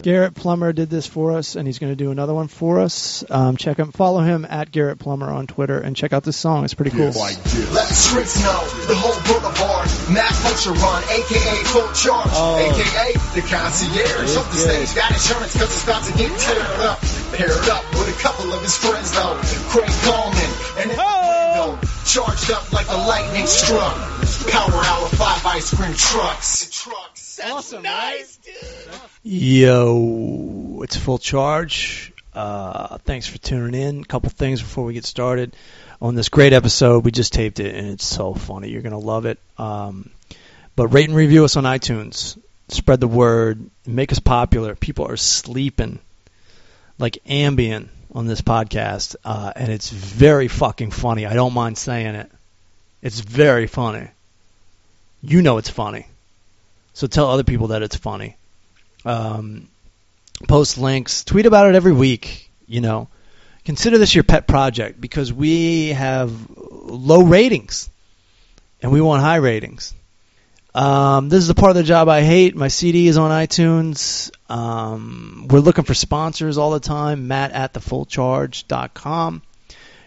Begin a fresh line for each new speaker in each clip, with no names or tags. Garrett Plummer did this for us, and he's going to do another one for us. Um, check him, follow him at Garrett Plummer on Twitter, and check out this song. It's pretty cool.
Let the streets know the whole boulevard. Matt Culturon, aka Full Charge, aka the concierge of the stage. Got insurance because it's about to get teared up. Paired up with a couple of his friends though. Craig Coleman and his window. Charged up like the lightning struck. Power hour five ice cream trucks. Trucks.
Awesome,
nice,
Yo, it's full charge. Uh, thanks for tuning in. A couple things before we get started on this great episode. We just taped it, and it's so funny. You're gonna love it. Um, but rate and review us on iTunes. Spread the word. Make us popular. People are sleeping like Ambien on this podcast, uh, and it's very fucking funny. I don't mind saying it. It's very funny. You know it's funny, so tell other people that it's funny. Um, post links, tweet about it every week. You know, consider this your pet project because we have low ratings, and we want high ratings. Um, this is the part of the job I hate. My CD is on iTunes. Um, we're looking for sponsors all the time. Matt at thefullcharge.com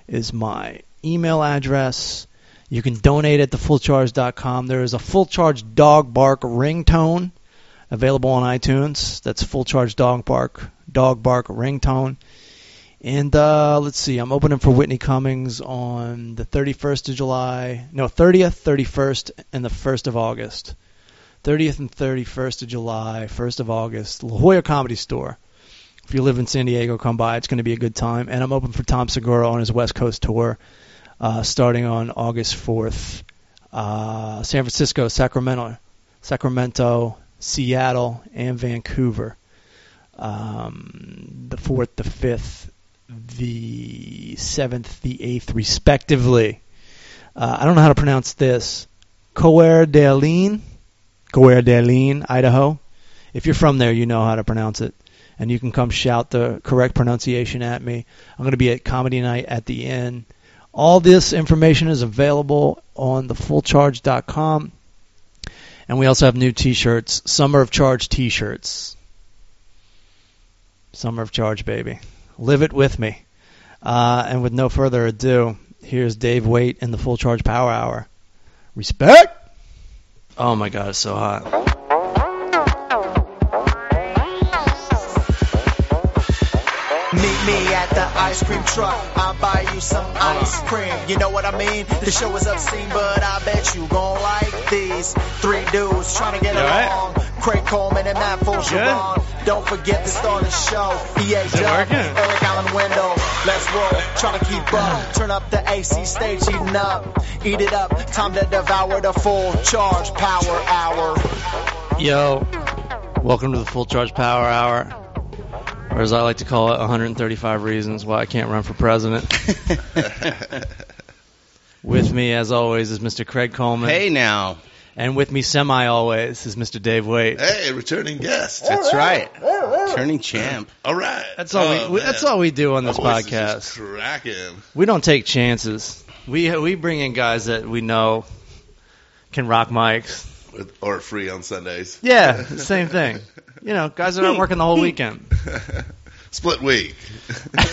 is my email address. You can donate at thefullcharge.com. There is a full charge dog bark ringtone available on iTunes. That's full charge dog bark, dog bark ringtone. And uh, let's see, I'm opening for Whitney Cummings on the 31st of July. No, 30th, 31st, and the 1st of August. 30th and 31st of July, 1st of August, La Jolla Comedy Store. If you live in San Diego, come by. It's going to be a good time. And I'm open for Tom Segura on his West Coast tour uh, starting on August 4th. Uh, San Francisco, Sacramento, Sacramento, Seattle, and Vancouver. Um, the 4th, the 5th, the 7th, the 8th, respectively. Uh, I don't know how to pronounce this. Coeur d'Alene, Coeur d'Alene, Idaho. If you're from there, you know how to pronounce it. And you can come shout the correct pronunciation at me. I'm going to be at Comedy Night at the Inn. All this information is available on thefullcharge.com. And we also have new t shirts, Summer of Charge t shirts. Summer of Charge, baby. Live it with me. Uh, and with no further ado, here's Dave Waite and the Full Charge Power Hour. Respect! Oh my god, it's so hot.
Meet me at the ice cream truck. I'll buy you some ice cream. You know what I mean? The show is obscene, but I bet you gon' like these three dudes trying to get
You all right?
along. Craig Coleman and Matt Fulcheron. Don't forget to start the show. EA Dub,
working?
Eric Allen Window. Let's roll. Try to keep up. Turn up the AC stage, eating up. Eat it up. Time to devour the full charge power hour.
Yo, welcome to the Full Charge Power Hour, or as I like to call it, 135 Reasons Why I Can't Run for President. with me, as always, is Mr. Craig Coleman.
Hey now.
And with me, semi always, is Mr. Dave Waite.
Hey, returning guest.
That's right. Turning champ.
All right. Oh,
That's all we, we that's all we do on this podcast.
Cracking.
We don't take chances. We we bring in guys that we know can rock mics.
With, or free on Sundays.
Yeah, same thing. You know, guys that aren't working the whole weekend.
Split week.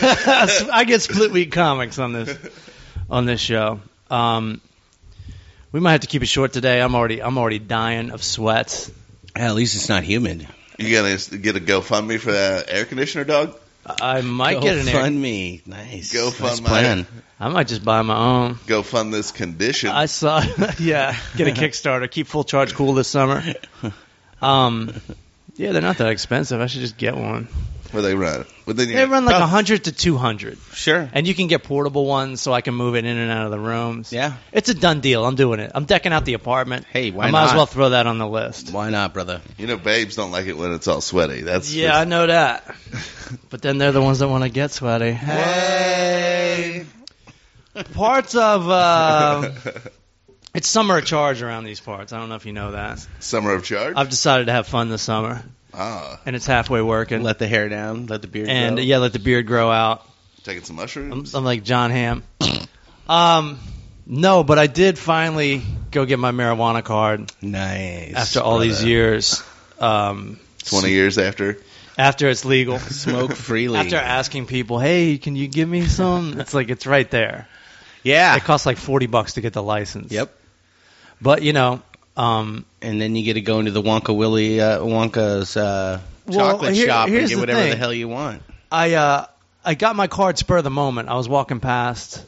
I get split week comics on this on this show. Um, we might have to keep it short today. I'm already I'm already dying of sweat.
At least it's not humid.
You gonna s- get a GoFundMe for that air conditioner, dog?
I might
Go
get an air.
fund me. Nice.
Go
nice
fund my-
plan.
I might just buy my own.
Go fund this condition.
I saw. yeah, get a Kickstarter. Keep full charge cool this summer. Um, yeah, they're not that expensive. I should just get one.
Where they run? Within
They
your,
run like
Oh.
hundred to two hundred,
Sure.
and you can get portable ones, so I can move it in and out of the rooms.
Yeah.
it's a done deal. I'm doing it. I'm decking out the apartment.
Hey, why
I might as
not?
well throw that on the list.
Why not, brother?
you know, babes don't like it when it's all sweaty. That's
Yeah, I know that. But then they're the ones that want to get sweaty.
Hey.
Parts of uh, it's summer of charge around these parts. I don't know if you know that.
Summer of charge.
I've decided to have fun this summer,
ah,
and it's halfway working.
Let the hair down. Let the beard
and
grow.
yeah, let the beard grow out.
taking some
I'm,
mushrooms.
I'm like John Hamm. Um, no, but I did finally go get my marijuana card
Nice.
after all these
brother.
years. Um,
Twenty years after.
after it's legal.
Smoke freely.
After asking people, hey, can you give me some? It's like it's right there.
yeah.
It costs like forty bucks to get the license.
Yep.
But you know, um,
And then you get to go into the Wonka Willy uh, Wonka's uh,
Well,
chocolate
here-
shop and
here's
get
the
whatever the
thing.
hell you want.
I uh, I got my card spur of the moment. I was walking past.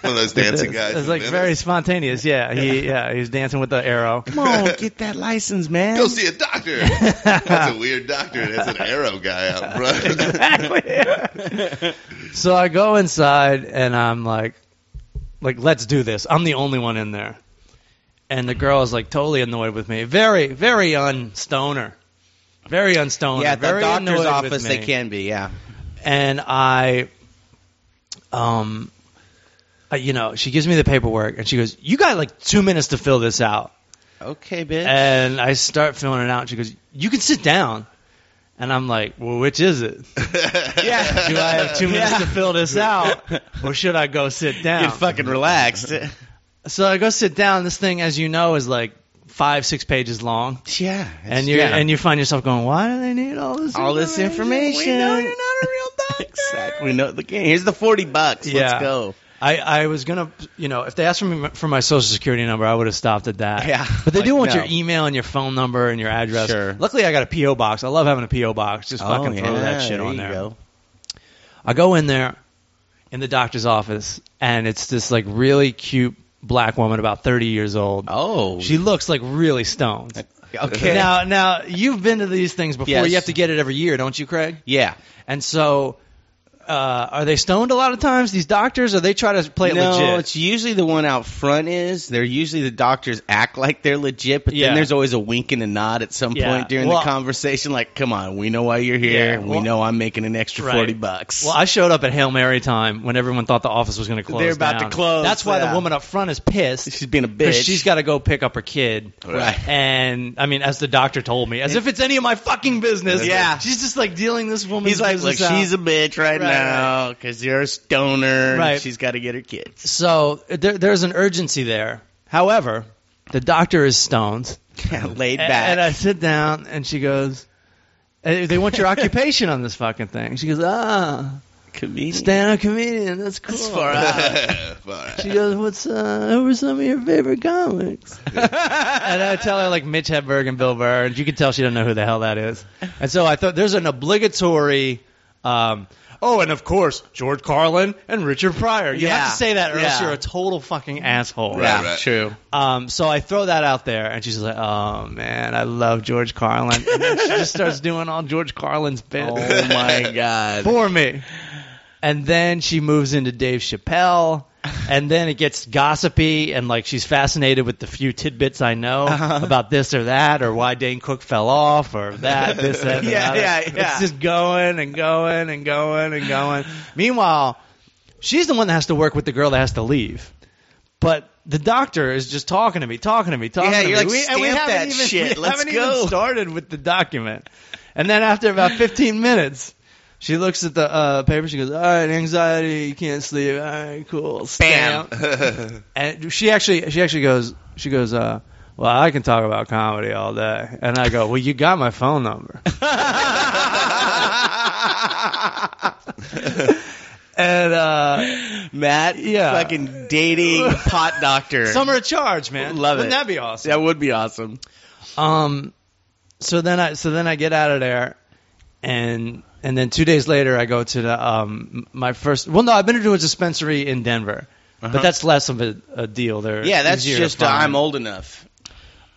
One of those dancing
It's-
guys.
It's like
in
very
Venice.
spontaneous. Yeah, he yeah he was dancing with the arrow.
Come on, get that license, man.
Go see a doctor. That's a weird doctor. That's an arrow guy out front.
exactly. so I go inside and I'm like, like let's do this. I'm the only one in there, and the girl is like totally annoyed with me. Very, very unstoner. Very unstoner.
yeah, at the
very annoyed
doctor's
with
office they
me.
can be. Yeah.
And I, um, I, you know, she gives me the paperwork and she goes, "You got like two minutes to fill this out."
Okay, bitch.
And I start filling it out, and she goes, "You can sit down." And I'm like, "Well, which is it?
Yeah.
Do I have two minutes to fill this out, or should I go sit down?"
Get fucking relaxed.
so I go sit down. This thing, as you know, is like five, six pages long,
yeah.
and you and you find yourself going, "Why do they need all this?
all this information.
We know you're not a real doctor."
exactly. We know the game. Here's the forty bucks.
Yeah.
Let's go.
I, I was gonna, you know, if they asked for, me, for my social security number, I would have stopped at that.
Yeah.
but they do
Like,
want your
no.
email and your phone number and your address.
Sure. Oh,
Luckily, I got a PO box. I love having a PO box. Just fucking throw that shit on
you
there.
go.
I go in there, in the doctor's office, and it's this like really cute black woman, about thirty years old.
Oh,
She looks like really stoned.
okay.
Now, now you've been to these things before.
Yes.
You have to get it every year, don't you, Craig?
yeah.
And so, uh, are they stoned a lot of times? These doctors, or they try to play it
no,
legit?
it's usually the one out front is. They're usually the doctors act like they're legit, but
Yeah.
then there's always a wink and a nod at some
Yeah.
point during
Well-
the conversation. Like, come on, we know why you're here.
Yeah,
we
well-
know I'm making an extra
Right.
forty bucks.
Well, I showed up at Hail Mary time when everyone thought the office was going to close.
They're about
down.
to close,
That's why the
yeah.
woman up front is pissed
She's being a
because
bitch.
she's got to go pick up her kid.
Right.
And I mean, as the doctor told me, as if it's any of my fucking business.
Yeah.
She's just like dealing this woman's
He's like, look,
business out.
she's a bitch right,
Right,
now because you're a stoner.
Right.
Right. She's got to get her kids.
so there, there's an urgency there. However, the doctor is stoned,
Laid
A-
back.
and I sit down, and she goes. "Hey, They want your occupation on this fucking thing. She goes, ah,
Comedian.
stand-up comedian. That's cool.
That's far out.
Fine.
She goes, "What's uh, who are some of your favorite comics?" and I tell her like Mitch Hedberg and Bill Burr, and you can tell she doesn't know who the hell that is. And so I thought there's an obligatory. Um, oh, and of course George Carlin and Richard Pryor. You
Yeah.
have to say that, or else
Yeah.
you're a total fucking asshole.
Right,
yeah,
right.
true.
Um, so I throw that out there, and she's like, "Oh man, I love George Carlin." And then she just starts doing all George Carlin's bit
Oh my god.
for me. And then she moves into Dave Chappelle, and then it gets gossipy, and like she's fascinated with the few tidbits I know
Uh-huh.
about this or that, or why Dane Cook fell off, or that, this, that, and the
Yeah,
other.
yeah, yeah.
It's just going and going and going and going. Meanwhile, she's the one that has to work with the girl that has to leave. But the doctor is just talking to me, talking to me, talking
Yeah,
to
you're
me.
like,
and we
"Stamp
haven't
that
even,
shit.
We
Let's
haven't
go."
even started with the document. And then after about 15 minutes, she looks at the uh, paper. She goes, "All right, anxiety, you can't sleep. All right, cool,
Bam.
stamp." and she actually, she actually goes, she goes, uh, "Well, I can talk about comedy all day." And I go, "Well, you got my phone number." and uh,
Matt,
Yeah.
fucking dating pot doctor.
summer of charge, man.
Love
Wouldn't
it.
that be awesome?
that would be awesome.
Um, so then I so then I get out of there, and and then two days later I go to the um my first. Well, no, I've been to a dispensary in Denver, but that's less of a, a deal there.
Uh-huh. Yeah, that's
easier to
just uh, I'm
find.
old enough.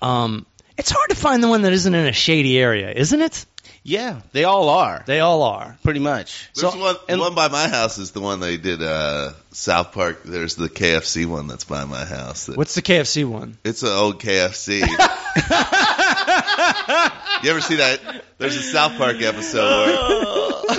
Um, it's hard to find the one that isn't in a shady area, isn't it?
Yeah, they all are
They all are.
pretty much.
There's
So-
one,
and-
one by my house is the one they did uh, South Park. There's the KFC one that's by my house. That,
What's the KFC one?
It's an old KFC. you ever see that? There's a South Park episode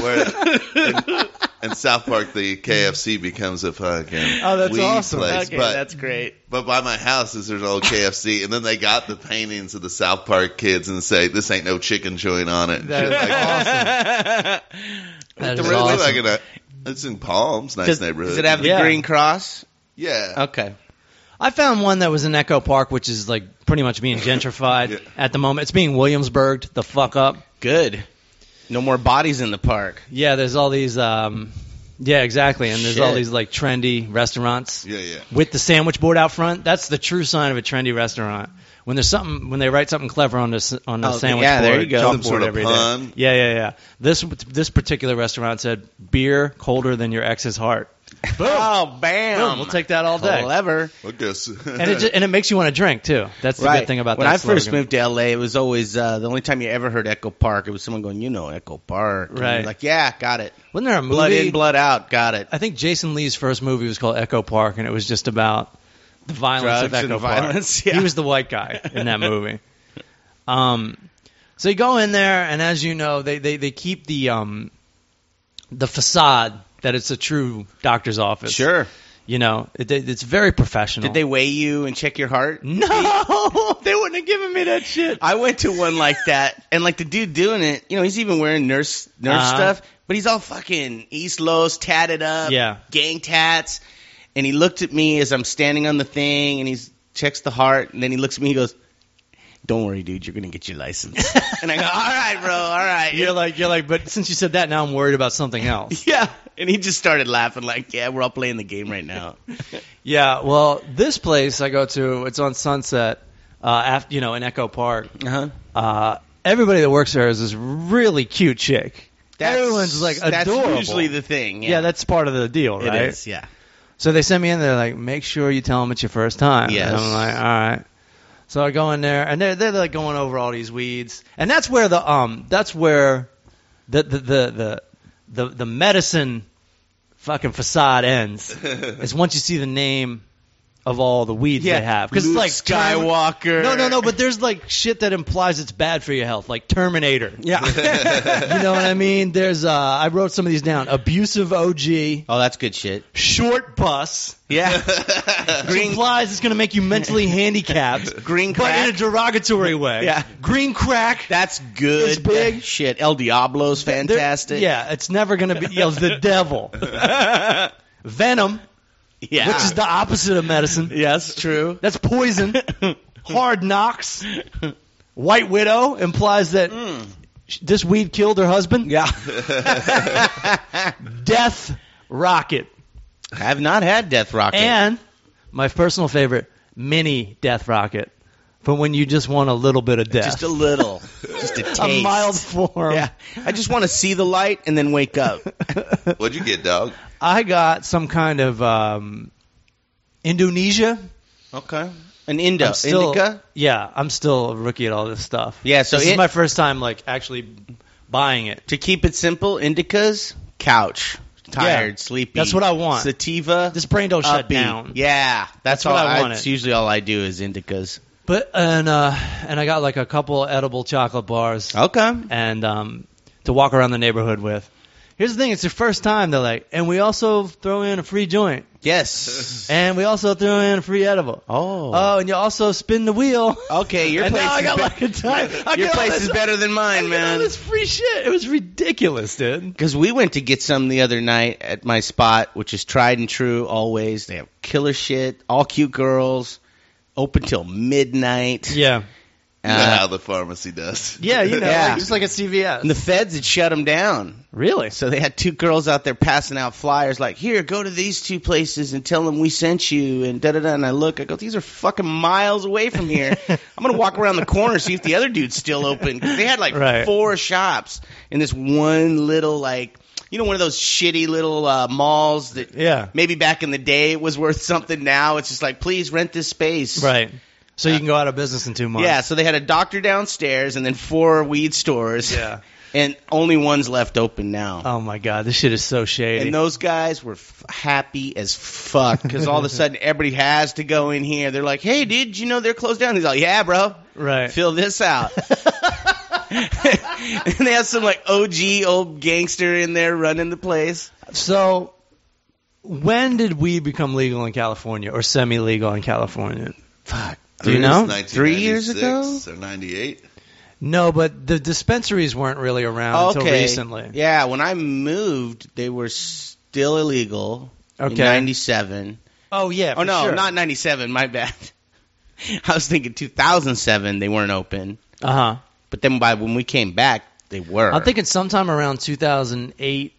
where, where in, in South Park the KFC becomes a fucking
Oh, that's
weed
awesome.
place.
Okay,
but
that's great.
but by my house is there's an old KFC, and then they got the paintings of the South Park kids and say this ain't no chicken joint on it. and
That
shit
is
like
awesome. That
The
is
really
awesome.
like in a, it's in Palms, nice
Does,
neighborhood.
does it have the
Yeah.
green cross?
yeah.
Okay.
I found one that was in Echo Park, which is like pretty much being gentrified
Yeah.
at the moment. It's being Williamsburged the fuck up.
Good. No more bodies in the park.
Yeah, there's all these. Um, yeah, exactly. And there's all
Shit.
these like trendy restaurants
Yeah, yeah.
with the sandwich board out front. That's the true sign of a trendy restaurant. When there's something, when they write something clever on the s- on the
Oh,
sandwich
yeah,
board,
there you go.
chalkboard
Some sort of
every day.
pun.
Yeah, yeah, yeah. This this particular restaurant said beer colder than your ex's heart.
Oh, bam!
Boom, we'll take that all day.
Clever.
I guess.
And it just, and it makes you want to drink too. That's the good thing about
when
that.
I first
slogan.
moved to LA, it was always uh, the only time you ever heard Echo Park. It was someone going, "You know Echo Park?" And you're
Right.
Like, yeah, got it.
wasn't there a movie?
Blood in, blood out. Got it.
I think Jason Lee's first movie was called Echo Park, and it was just about the violence
Drugs
of
and
Echo Park.
violence, yeah.
He was the white guy in that movie. um, so you go in there, and as you know, they they, they keep the um, the facade that it's a true doctor's office.
Sure.
you know it, it- it's very professional.
Did they weigh you and check your heart?
No, they wouldn't have given me that shit.
I went to one like that, and like the dude doing it, you know, he's even wearing nurse nurse
Uh-huh.
stuff, but he's all fucking East Los tatted up,
Yeah.
gang tats, and he looked at me as I'm standing on the thing, and he's checks the heart, and then he looks at me, he goes, "Don't worry, dude, you're gonna get your license." and I go, "All right, bro, all right."
You're like you're like, but since you said that, now I'm worried about something else.
yeah, and he just started laughing, like, "Yeah, we're all playing the game right now."
Yeah, well, this place I go to, it's on Sunset, uh, after you know, in Echo Park.
Uh-huh.
Uh, everybody that works there is this really cute chick.
That's,
Everyone's like
that's
adorable.
usually the thing. Yeah,
yeah. that's part of the deal,
it
right?
is, Yeah,
So they send me in. They're like, make sure you tell them it's your first time.
Yes.
And I'm like, all right. So I go in there, and they're they're like going over all these weeds, and that's where the um that's where the the the the the, the medicine fucking facade ends. is once you see the name of all the weeds
yeah.
they have, because it's
Luke
like Termin-
Skywalker.
No, no, no. But there's like shit that implies it's bad for your health, like Terminator.
yeah.
You know what I mean? There's uh, I wrote some of these down. Abusive OG,
Oh, that's good shit.
short bus.
Yeah.
Green implies it's going to make you mentally handicapped,
Green
but in a
crack.
derogatory way.
Yeah.
green crack.
that's good.
It's big.
shit. El Diablo's
They're-
fantastic.
Yeah, it's never going to be. Yeah, it's the devil. Venom,
Yeah.
which is the opposite of medicine.
yes, true.
That's poison. Hard knocks. White widow implies that sh this weed killed her husband.
Mm. Yeah.
Death rocket
I have not had Death Rocket.
and my personal favorite, mini death rocket, from when you just want a little bit of death.
just a little. just a taste.
a mild form.
Yeah. I just want to see the light and then wake up.
What'd you get, dog?
I got some kind of um, Indonesia.
okay. An Indo.
I'm still-
Indica?
Yeah, I'm still a rookie at all this stuff.
Yeah, so
this is
it-
my first time like actually buying it.
To keep it simple, Indica's couch. Tired, sleepy.
That's what I want.
Sativa.
This brain don't shut
upbeat.
down.
Yeah. That's,
what
all
I wanted.
That's usually all I do is Indicas.
But and uh, and I got like a couple edible chocolate bars
Okay.
and um, to walk around the neighborhood with. Here's the thing: it's your first time. They're like, and we also throw in a free joint,
Yes.
and we also throw in a free edible.
Oh.
Oh, and you also spin the wheel.
Okay, your
Oh. and
place
now I
is
got
be-
like a time. I get
your
all
place
this-
is better than
I
mine,
get all
man.
this free shit. It was ridiculous, dude.
Because we went to get some the other night at my spot, which is tried and true always. They have killer shit, all cute girls, open till midnight.
Yeah,
Uh,
You know how the pharmacy does.
yeah, you know,
Yeah.
like- just like a CVS.
and the feds had shut them down.
really?
So they had two girls out there passing out flyers like, here, go to these two places and tell them we sent you and da da da. And I look, I go, these are fucking miles away from here. I'm going to walk around the corner, see if the other dude's still open. 'Cause they had like
Right.
four shops in this one little like, you know, one of those shitty little uh, malls that
Yeah.
maybe back in the day it was worth something. Now it's just like, please rent this space.
Right. So you can go out of business in two months.
Yeah. So they had a doctor downstairs and then four weed stores.
Yeah.
And only one's left open now.
Oh my god, this shit is so shady.
And those guys were f- happy as fuck because all of a sudden everybody has to go in here. They're like, "Hey, dude, you know they're closed down." He's like, "Yeah, bro,
right.
fill this out." and they have some like OG old gangster in there running the place.
so, when did weed become legal in California or semi-legal in California?
Fuck.
Do you know?
Three years ago?
Or 98.
No, but the dispensaries weren't really around until
Okay.
recently.
Yeah, when I moved, they were still illegal. In
Okay.
Ninety-seven.
Oh yeah.
Oh
for
no,
sure.
not ninety-seven. My bad. I was thinking two thousand seven. They weren't open.
Uh huh.
But then by when we came back, They were.
I'm thinking sometime around 2008,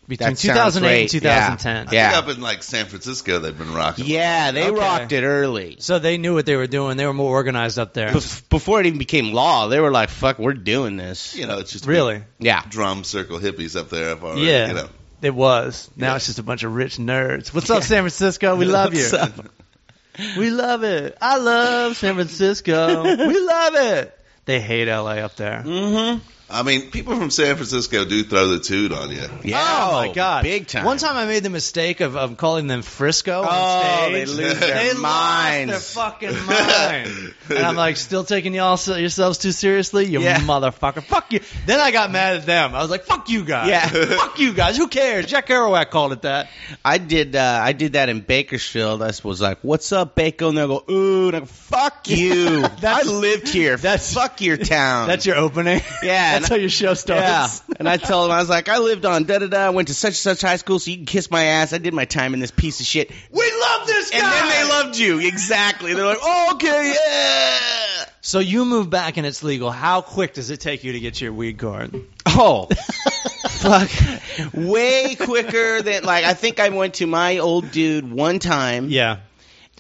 between
That sounds
2008 and
right, yeah.
2010.
I
Yeah.
think up in like San Francisco, they've been rocking.
Yeah, they
Okay.
rocked it early.
So they knew what they were doing. They were more organized up there.
Bef- before it even became law, they were like, "Fuck, we're doing this."
You know, it's just
Really,
Yeah.
drum circle hippies up there. Up already,
Yeah.
You know.
it was. Now
Yeah.
it's just a bunch of rich nerds. What's up, San Francisco? We love you.
What's up?
We love it. I love San Francisco. we love it. They hate LA up there.
Mm-hmm.
I mean, people from San Francisco do throw the toot on you.
Yeah.
Oh my god!
Big time.
One time I made the mistake of, of calling them Frisco.
Oh,
on
they
stage.
lose
They
their minds.
Lost their fucking mind. and I'm like, still taking y'all se- yourselves too seriously, you
Yeah.
motherfucker. Fuck you. Then I got mad at them. I was like, fuck you guys.
Yeah.
fuck you guys. Who cares? Jack Kerouac called it that.
I did. Uh, I did that in Bakersfield. I was like, "What's up, Baco?" And they go, "Ooh," and I go, "Fuck you." I
That's-
lived here.
that's-
fuck your town.
That's your opening.
Um, Yeah,
That's
and-
how your show
yeah.
starts.
and I told him I was like, "I lived on da da da. I went to such and such high school, so you can kiss my ass. I did my time in this piece of shit."
We love this guy.
And then they loved you exactly. They're like, "Oh, okay, yeah."
So you move back and it's legal. How quick does it take you to get your weed card?
Oh, fuck. Way quicker than like I think I went to my old dude one time
Yeah.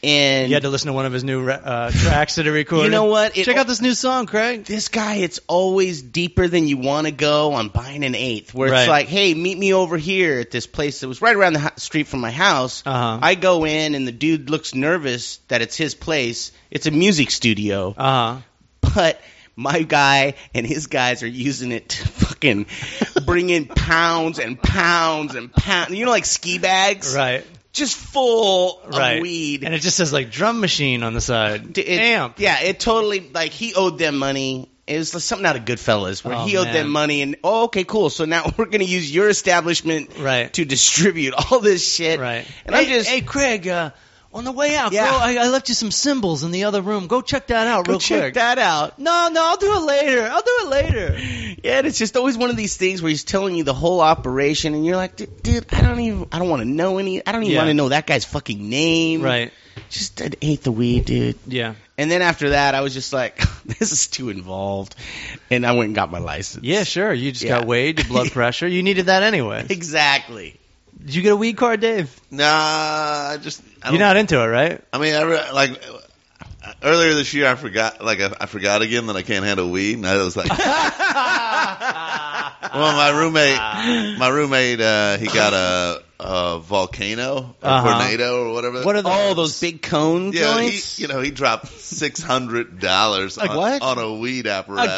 and
You had to listen to one of his new uh, tracks that he recorded.
You know what? It-
Check out this new song, Craig.
this guy it's always deeper than you want to go on buying an eighth where
Right.
it's like hey meet me over here at this place that was right around the ho- street from my house
Uh-huh.
i go in and the dude looks nervous that it's his place it's a music studio
Uh huh.
but my guy and his guys are using it to fucking bring in pounds and pounds and pounds you know like ski bags
Right.
just full
Right.
of weed
And it just says like drum machine on the side.
D- it-
Amp.
Yeah, it totally like he owed them money. It was something out of Goodfellas where
Oh,
he owed
man.
them money and oh okay cool so now we're gonna use your establishment
Right.
to distribute all this shit
Right.
and
hey,
I'm just
hey, Craig. Uh, on the way out,
Yeah.
go, I, I left you some symbols in the other room. Go check that out
go
real
check
quick.
that out
No, no, I'll do it later. I'll do it later.
yeah and it's just always one of these things where he's telling you the whole operation and you're like dude, dude I don't even I don't want to know any I don't even
Yeah.
want to know that guy's fucking name
Right.
just an eighth of weed dude
Yeah.
and then after that I was just like this is too involved and I went and got my license
Yeah, sure. You just
Yeah.
got weighed, your blood pressure. You needed that anyway.
exactly.
Did you get a weed card, Dave?
Nah, I just. I
You're
don't-
not into it, right?
I mean, I re- like uh, earlier this year, I forgot. Like, I, I forgot again that I can't handle weed, and I was like, well, my roommate, my roommate, uh, he got a, a volcano, or
Uh-huh.
tornado, or whatever.
What are the-
Oh, those big cone
yeah, he,
joints.
you know, he dropped six hundred dollars
Like
on,
what?
on a weed apparatus.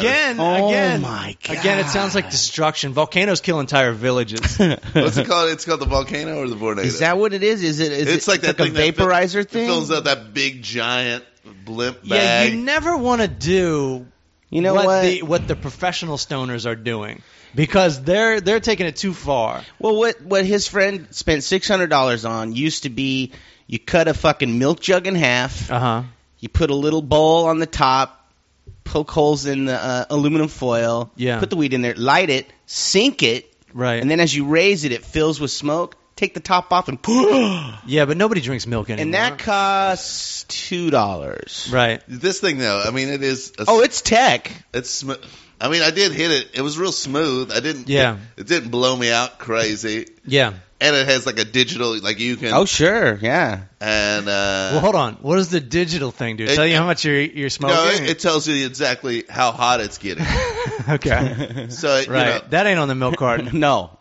Again,
Oh
again.
my God.
Again, it sounds like destruction. Volcanoes kill entire villages.
What's it called? It's called the volcano or the tornado.
Is that what it is? Is it? Is
it's
it,
like that
a
thing that fi-
vaporizer
It
thing.
fills up that big giant blimp
yeah,
bag.
you never want to do
you know
what,
what?
the what the professional stoners are doing because they're they're taking it too far.
well, what what his friend spent six hundred dollars on used to be you cut a fucking milk jug in half,
Uh-huh.
Uh huh.
you put a little bowl on the top, poke holes in the uh, aluminum foil,
Yeah.
put the weed in there, light it, sink it,
Right.
and then as you raise it, it fills with smoke. Take the top off and and
yeah, but nobody drinks milk anymore.
that costs two dollars.
right.
This thing though, I mean, it is. A
Oh, it's tech.
It's sm- I mean, I did hit it. It was real smooth. I didn't.
Yeah.
It, didn't blow me out crazy.
Yeah.
And it has like a digital, like you can.
Oh, sure, yeah.
and uh,
Well, hold on. What does the digital thing do?
It-
Tell you how much you're you're smoking.
no, it, it tells you exactly how hot it's getting.
okay.
So you
Right.
know,
That ain't on the milk carton.
No.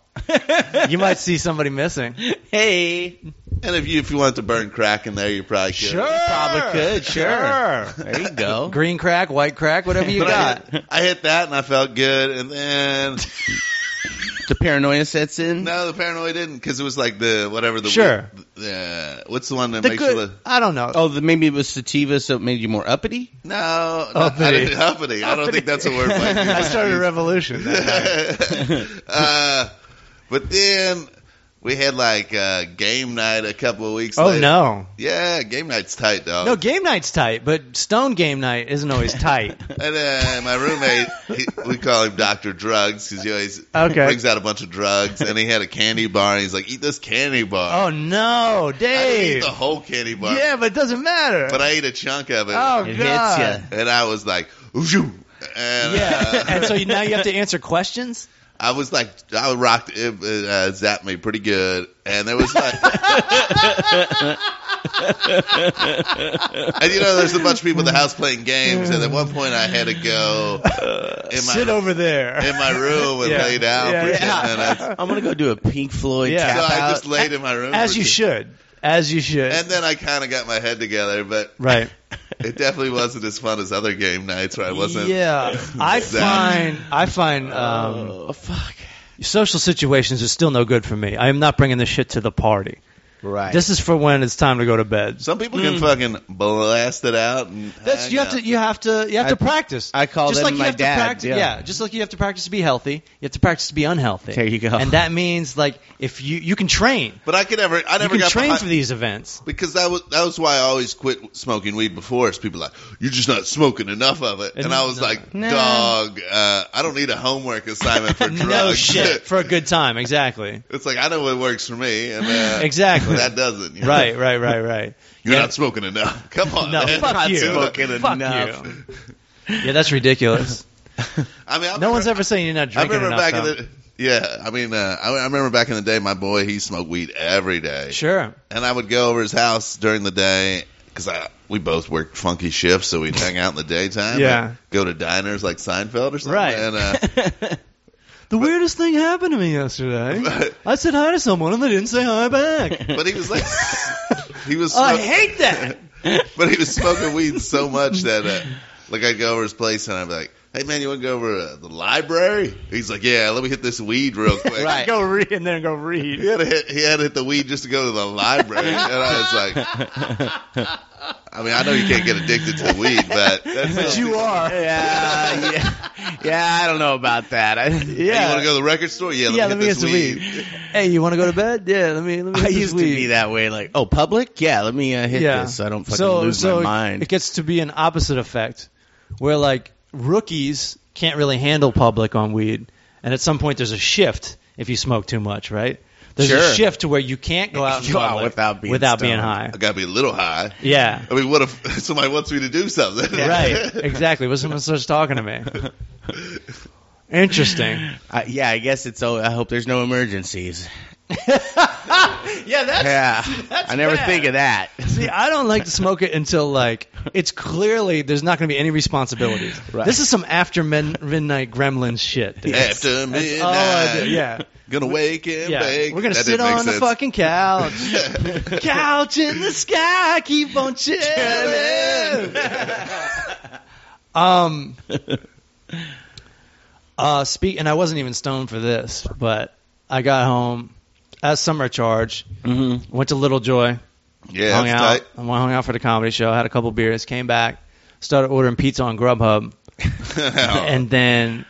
you might see somebody missing.
Hey.
and if you if you want to burn crack in there, you probably could.
Probably could, sure. There you go.
Green crack, white crack, whatever you
But I
got.
hit, I hit that and I felt good, and then
The paranoia sets in.
no, the paranoia didn't because it was like the whatever the
Sure.
the, what's the one that
The
makes you
good.
look
I don't know.
Oh, the, maybe it was sativa, so it made you more uppity.
no not- I,
Uppity.
didn't, uppity. I don't think that's a word. Mike.
I started a revolution.
uh, but then we had like uh, game night a couple of weeks.
Oh
later.
no.
Yeah, game night's tight, dog.
No, game night's tight, but stone game night isn't always tight.
And uh, my roommate, he, we call him Doctor Drugs because he always
Okay.
brings out a bunch of drugs. And he had a candy bar, and he's like, "Eat this candy bar."
oh no,
I didn't eat
Dave.
the whole candy bar,
Yeah, but it doesn't matter.
but I ate a chunk of it,
oh
It
god.
hits you.
and I was like, "Ooh." And,
Yeah,
uh,
and so you, now you have to answer questions.
I was like, I rocked, it, it uh, zapped me pretty good, and there was like, and you know, there's a bunch of people at the house playing games, and at one point I had to go in my
Sit over there.
in my room and
Yeah.
lay down
Yeah,
for
yeah.
ten minutes. So
I'm gonna go do a Pink Floyd
Yeah.
tap
I
out.
just laid in my room,
As
for
you
ten-
should. As you should.
And then I kind of got my head together, but
right.
it definitely wasn't as fun as other game nights where I wasn't.
Yeah. I
Zapped.
find I find um,
oh fuck!
social situations are still no good for me. I am not bringing this shit to the party.
Right.
This is for when it's time to go to bed.
Some people can fucking blast it out. And
Hmm. That's
hang
you have
out.
to you have to you have to
I-
practice.
I call
just
them
like you
my
have
dad,
To practice,
yeah.
just like you have to practice to be healthy, you have to practice to be unhealthy.
There you go.
And that means like if you you can train,
But I could never. I
you
never
can
got
train
behind,
for these events.
because that was that was why I always quit smoking weed before. Is people like you're just not smoking enough of it, and, I was
no.
like,
Nah.
dog, uh, I don't need a homework assignment for drugs.
No shit for a good time, exactly,
it's like I know what works for me, and uh,
Exactly.
that doesn't. you know?
right, right, right, right.
You're
Yeah.
not smoking enough. Come on,
No,
man.
fuck
not
you.
smoking
fuck
enough.
you. Yeah, that's ridiculous.
I mean, I
No one's
remember-
ever saying you're not
I
drinking
remember
enough.
back in the. Yeah, I mean, uh, I, I remember back in the day, my boy he smoked weed every day.
though. sure.
and I would go over his house during the day because I we both worked funky shifts, so we'd hang out in the daytime.
Yeah.
and go to diners like Seinfeld or something.
Right.
And, uh,
The weirdest thing happened to me yesterday.
But-
I said hi to someone and they didn't say hi back.
but he was like, he was.
Oh, I
smoking-
hate that.
but he was smoking weed so much that uh, like I'd go over his place and I'd be like, "Hey man, you want to go over to the library?" He's like, "Yeah, let me hit this weed real quick."
Right.
go read and then go read.
He had, to hit, he had to hit the weed just to go to the library, and I was like, "I mean, I know you can't get addicted to weed, but that's
But you are.
yeah, yeah, yeah. I don't know about that. I,
Hey, you
Yeah.
want to go to the record store? Yeah, let
yeah, let
me get
me get
this
some
weed.
weed. Hey, you want to go to bed? Yeah, let me. Let me
I
get this
used
weed.
to be that way. Like, oh, public? Yeah, let me uh, hit
Yeah.
this. so I don't fucking
so,
lose
so
my
it-
mind.
It gets to be an opposite effect, where like rookies can't really handle public on weed, and at some point there's a shift if you smoke too much, right? There's
Sure.
a shift to where you can't go out in
Go out
public
without being
without being
stoned.
high.
I got to be a little high.
Yeah.
I mean, what if somebody wants me to do something?
Right. Exactly. When someone starts talking to me. Interesting.
I, yeah, I guess it's. Oh, I hope there's no emergencies.
Yeah, that's
Yeah,
that's
I never
bad.
think of that.
See, I don't like to smoke it until like it's clearly there's not going to be any responsibilities.
Right.
This is some after men- midnight gremlins shit. dude.
Yes.
After midnight,
That's all I do. Yeah,
gonna wake and
yeah.
bake.
We're gonna
That
sit
didn't make
on the
sense.
fucking couch, couch in the sky, keep on chilling. um, uh, speak, and I wasn't even stoned for this, but I got home as summer charge,
Mm-hmm.
went to Little Joy
Yeah,
hung
that's
out.
tight.
I hung out for the comedy show. Had a couple beers. Came back. Started ordering pizza on Grubhub, and then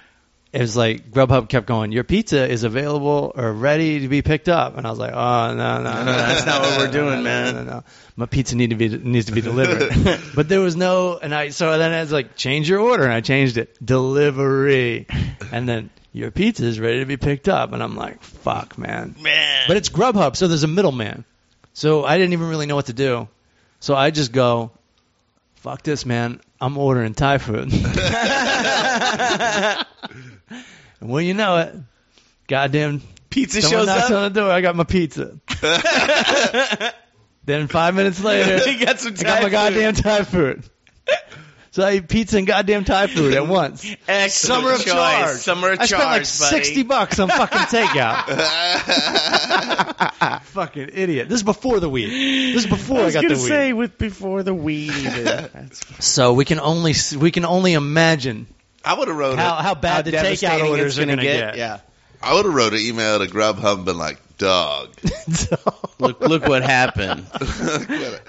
it was like Grubhub kept going. Your pizza is available or ready to be picked up, and I was like, Oh no, no, no,
that's not what
no,
we're
no,
doing,
no,
man.
No, no, no. My pizza need to be needs to be delivered. but there was no, and I so then I was like, change your order, and I changed it delivery, and then. Your pizza is ready to be picked up, and I'm like, "Fuck, man!"
Man,
But it's Grubhub, so there's a middleman. So I didn't even really know what to do. So I just go, fuck this, man. I'm ordering Thai food. and when you know it, goddamn
pizza
someone
shows
knocks
up.
on the door. I got my pizza. then five minutes later,
You got some
I got
Thai
my
food.
goddamn Thai food. So I eat pizza and goddamn Thai food at once.
Excellent
Summer of
choice.
charge.
Summer of
I
charge.
spent like
buddy.
sixty bucks on fucking takeout. fucking idiot. This is before the weed. This is before I, got the weed.
with before the weed.
uh,
That's
So we can only we can only imagine
I would have wrote.
how
A,
how bad the takeout
devastating
orders
it's
are
gonna
going to get.
Yeah.
I would have wrote an email to Grubhub, been like, dog.
Look, look what happened.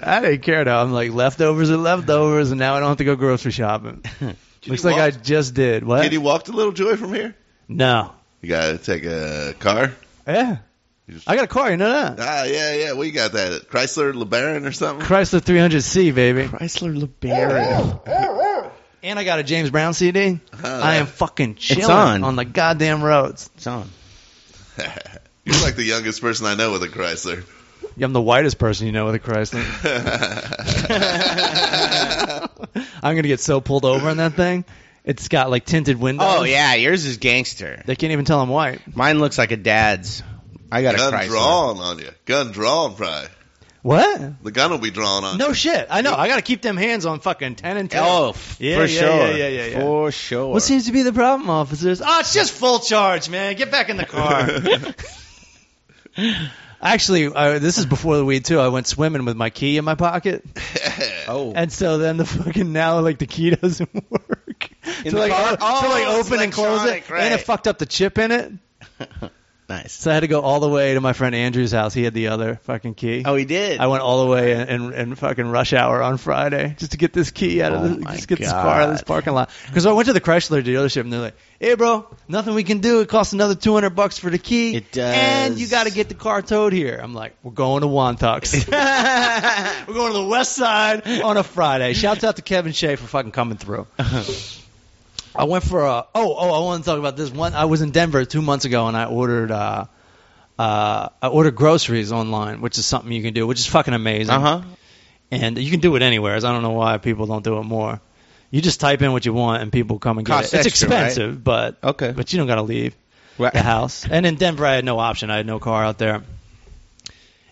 I didn't care though. I'm like leftovers are leftovers, and now I don't have to go grocery shopping. Looks like I
walk?
just did. What?
Can you walk to Little Joy from here?
no.
You gotta take a car.
Yeah. I got a car. You know that
Ah, yeah, yeah. We got that Chrysler LeBaron or something.
Chrysler 300C, baby.
Chrysler LeBaron.
And I got a James Brown CD. I am fucking chilling
on.
on the goddamn roads.
It's on.
You're like the youngest person I know with a Chrysler.
I'm the whitest person you know with a Chrysler. I'm gonna get so pulled over on that thing. It's got like tinted windows.
Oh yeah, yours is gangster.
They can't even tell I'm white.
Mine looks like a dad's. I got
Gun
a Chrysler.
drawn on you. Gun drawn, probably.
What?
The gun will be drawn on
No
you.
shit. I know. I gotta keep them hands on fucking ten and ten.
Oh, f-
Yeah,
for
yeah,
sure.
yeah, yeah, yeah, yeah.
For sure.
What seems to be the problem, officers? Ah, it's just full charge, man. Get back in the car. Actually, uh, this is before the weed too. I went swimming with my key in my pocket,
oh.
and so then the fucking now like the key doesn't work. to,
In the
like, to
car?
like
Oh, it's
open and close it,
electronic,
and it
right.
fucked up the chip in it.
nice.
So I had to go all the way to my friend Andrew's house. He had the other fucking key.
Oh, he did.
I went all the way in, in, in fucking rush hour on Friday just to get this key out of
Oh
the,
my
just get this car out of this
God.
parking lot. Because I went to the Chrysler dealership and they're like, "Hey, bro, nothing we can do. It costs another two hundred bucks for the key.
It does.
and you got to get the car towed here." I'm like, "We're going to Wantox. We're going to the West Side on a Friday." Shouts out to Kevin Shea for fucking coming through.
Uh-huh.
I went for a. Oh, oh, I want to talk about this one. I was in Denver two months ago and I ordered. uh uh, I ordered groceries online, which is something you can do, which is fucking amazing
Uh huh.
and you can do it anywhere. so I don't know why people don't do it more. You just type in what you want, and people come and get
Costs
it. It's
extra, right?
expensive, but
Okay.
but you don't got to leave
Right.
the house. And in Denver, I had no option. I had no car out there.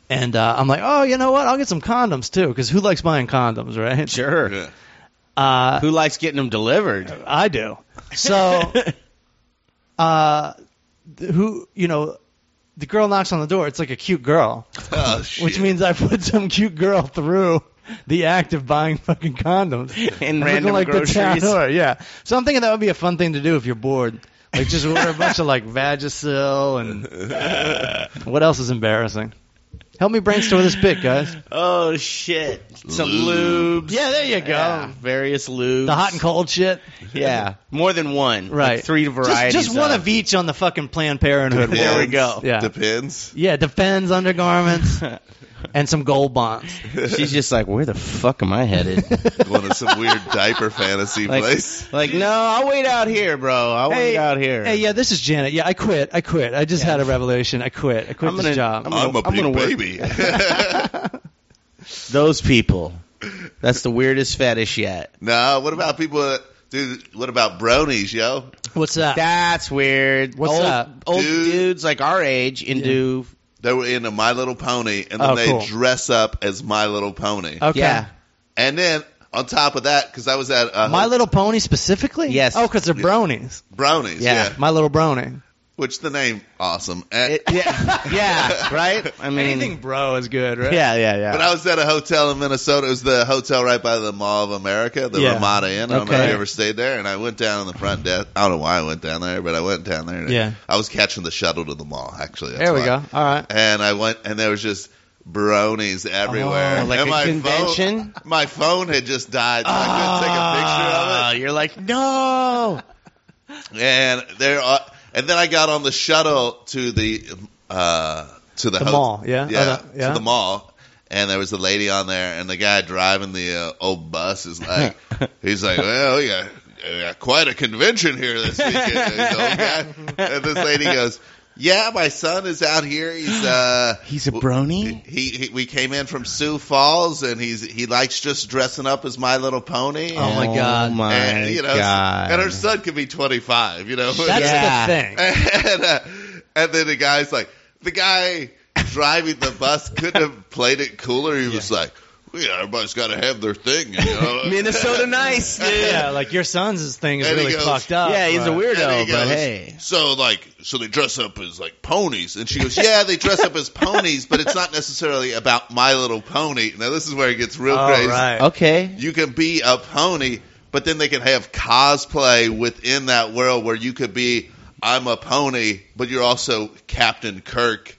And uh, I'm like, oh, you know what? I'll get some condoms too, because who likes buying condoms, right?
Sure.
Yeah.
Uh,
Who likes getting them delivered?
I do. So, uh, th- who you know, the girl knocks on the door. It's like a cute girl.
Oh, shit.
Which means I put some cute girl through the act of buying fucking condoms
And
I'm looking
random
like the town
groceries.
whore, yeah. So I'm thinking that would be a fun thing to do if you're bored. Like just order a bunch of like Vagisil and what else is embarrassing? Help me brainstorm this bit, guys.
Oh shit! Some
Lube.
lubes.
Yeah, there you go.
Yeah, Various lubes.
The hot and cold shit,
Yeah, more than one.
right?
Like three
Just-
varieties.
Just, one
of.
of each on the fucking Planned Parenthood.
There we
wall.
go.
Yeah,
Depends.
yeah. Defends undergarments and some gold bonds.
She's just like, where the fuck am I headed?
Going to some weird diaper fantasy
like,
place.
like, no, I'll wait out here, bro. I'll wait out here.
Hey, yeah, this is Janet. Yeah, I quit. I quit. I just had a revelation. I quit. I quit
I'm
this
gonna-
job.
I'm
I'm,
gonna-
a
I'm
big
gonna work-
baby.
Those people. That's the weirdest fetish yet.
nah, what about people that, dude, what about bronies, yo?
What's that?
That's weird.
What's
old,
that?
Old
Dude.
dudes like our age into
They were into My Little Pony, and then
Oh,
they
cool.
dress up as My Little Pony.
okay.
yeah.
And then on top of that, because I was at uh,
My Little Pony specifically?
Yes.
Oh, because they're bronies.
bronies,
Yeah.
yeah.
My Little Brony.
Which the name, awesome. And-
It- yeah, yeah, right. I mean,
bro is good, right?
yeah, yeah, yeah.
But I was at a hotel in Minnesota. It was the hotel right by the Mall of America, the
Yeah.
Ramada Inn. I don't know if
Okay.
you ever stayed there. And I went down on the front desk. I don't know why I went down there, but I went down there. and
Yeah.
I was catching the shuttle to the mall, actually. That's
There we
why.
go. All right.
And I went, and there was just bronies everywhere.
Oh,
like
and
a
my
convention?
Phone, my phone had just died. So I
Oh, you're like, no.
couldn't take a picture of it. And there, are, and then I got on the shuttle to the uh, to the,
The
hot-
mall, yeah?
yeah,
Oh, the- yeah?
to the mall. And there was a lady on there, and the guy driving the uh, old bus is like, he's like, well, we got, we got quite a convention here this weekend. He's the old guy. And this lady goes, yeah, my son is out here. He's uh,
He's a
w-
brony?
he, he we came in from Sioux Falls, and he's he likes just dressing up as My Little Pony.
Oh, my God.
Oh my
and, you know,
god.
and her son could be twenty five. You know,
That's
Yeah.
the thing.
and, uh, and then the guy's like, the guy driving the bus couldn't have played it cooler. He was like, well, yeah, everybody's got to have their thing. You know?
Minnesota nice, dude.
Yeah, like your son's thing is
And he
really
goes-
fucked up.
Yeah, he's a
but-
weirdo,
And he
but
goes,
hey.
So like, so they dress up as like ponies, and she goes, "Yeah, they dress up as ponies, but it's not necessarily about My Little Pony." Now this is where it gets real
All
crazy.
Oh, right.
Okay.
You can be a pony, but then they can have cosplay within that world where you could be, "I'm a pony," but you're also Captain Kirk.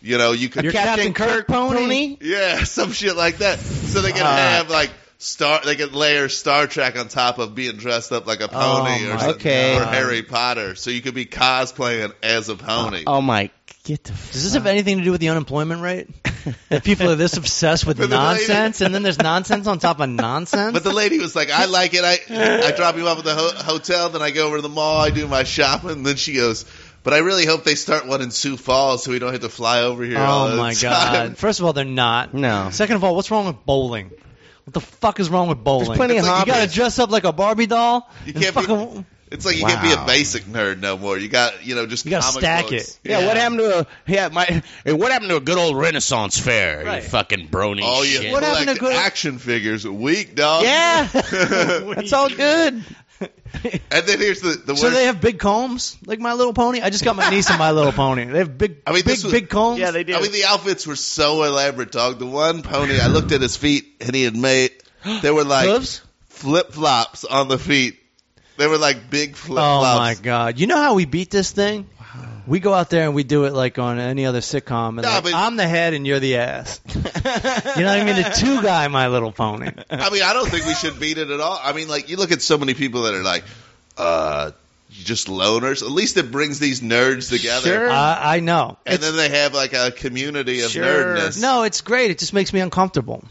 You know, you could
You're Captain, Kirk, Pony?
yeah, some shit like that. So they can
Fuck.
have like Star, they can layer Star Trek on top of being dressed up like a pony
Oh my
or, something,
Okay.
or
God.
Harry Potter. So you could be cosplaying as a pony.
Oh my, get the. F-
Does this have anything to do with the unemployment rate? that people are this obsessed with
But the lady-
nonsense, and then there's nonsense on top of nonsense?
But the lady was like, "I like it. I I drop you off at the ho- hotel, then I go over to the mall, I do my shopping." And then she goes, "But I really hope they start one in Sioux Falls, so we don't have to fly over here." all
Oh
the
my
time."
god! First of all, they're not.
No.
Second of all, what's wrong with bowling? What the fuck is wrong with bowling?
plenty of
It's like you gotta
hobbies.
dress up like a Barbie doll.
You
and
can't
fucking,
be. It's like you can't be
Wow.
a basic nerd no more. You got you know just
You gotta
comic
stack
books.
it.
Yeah, what happened to a yeah? My hey, what happened to a good old Renaissance fair?
Right.
You fucking brony
Oh yeah,
shit.
What happened to
collect
good-
action figures? Weak dog.
Yeah, that's all good.
And then here's the the worst.
So they have big combs, like My Little Pony. I just got my niece and My Little Pony. They have big,
I mean,
big,
this was-
big combs.
Yeah, they do.
I mean, the outfits were so elaborate, dog. The one pony, I looked at his feet, and he had made. They were like
Hooves?
flip flops on the feet. They were like big flip
Oh my
flops.
god! You know how we beat this thing? We go out there and we do it like on any other sitcom. And
Nah,
like,
but-
I'm the head and you're the ass. you know what I mean? The two guy My Little Pony.
I mean, I don't think we should beat it at all. I mean, like you look at so many people that are like, uh, just loners. At least it brings these nerds together.
Sure.
I, I know.
And
It's-
then they have like a community of
Sure.
nerdness.
no, it's great. It just makes me uncomfortable.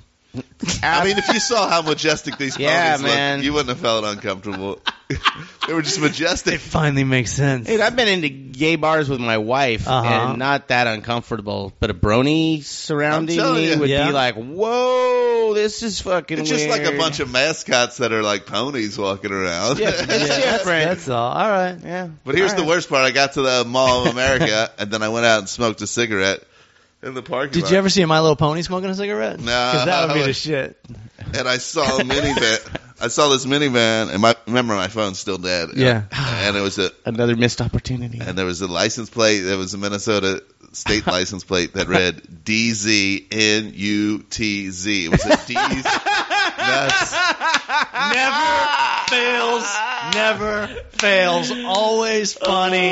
I mean, if you saw how majestic these
Yeah,
ponies looked,
man.
you wouldn't have felt uncomfortable. they were just majestic.
Finally makes sense.
Dude, I've been into gay bars with my wife
Uh-huh.
and not that uncomfortable, but a brony surrounding
I'm telling
me
you.
would
Yeah.
be like, "Whoa, this is fucking."
It's just like a
weird."
bunch of mascots that are like ponies walking around.
Yeah, it's
Yeah, that's,
different.
that's all. All right.
yeah,
but here's
All
the
right.
worst part. I got to the Mall of America, and then I went out and smoked a cigarette in the parking
Did
lot.
you ever see My Little Pony smoking a cigarette?
No.
because that would be the shit.
And I saw a minivan. I saw this minivan, and my remember my phone's still dead.
Yeah.
and it was a
Another missed opportunity.
and there was a license plate. There was a Minnesota state license plate that read DZNUTZ. It was a D's nuts.
Never fails. Never fails. Always funny.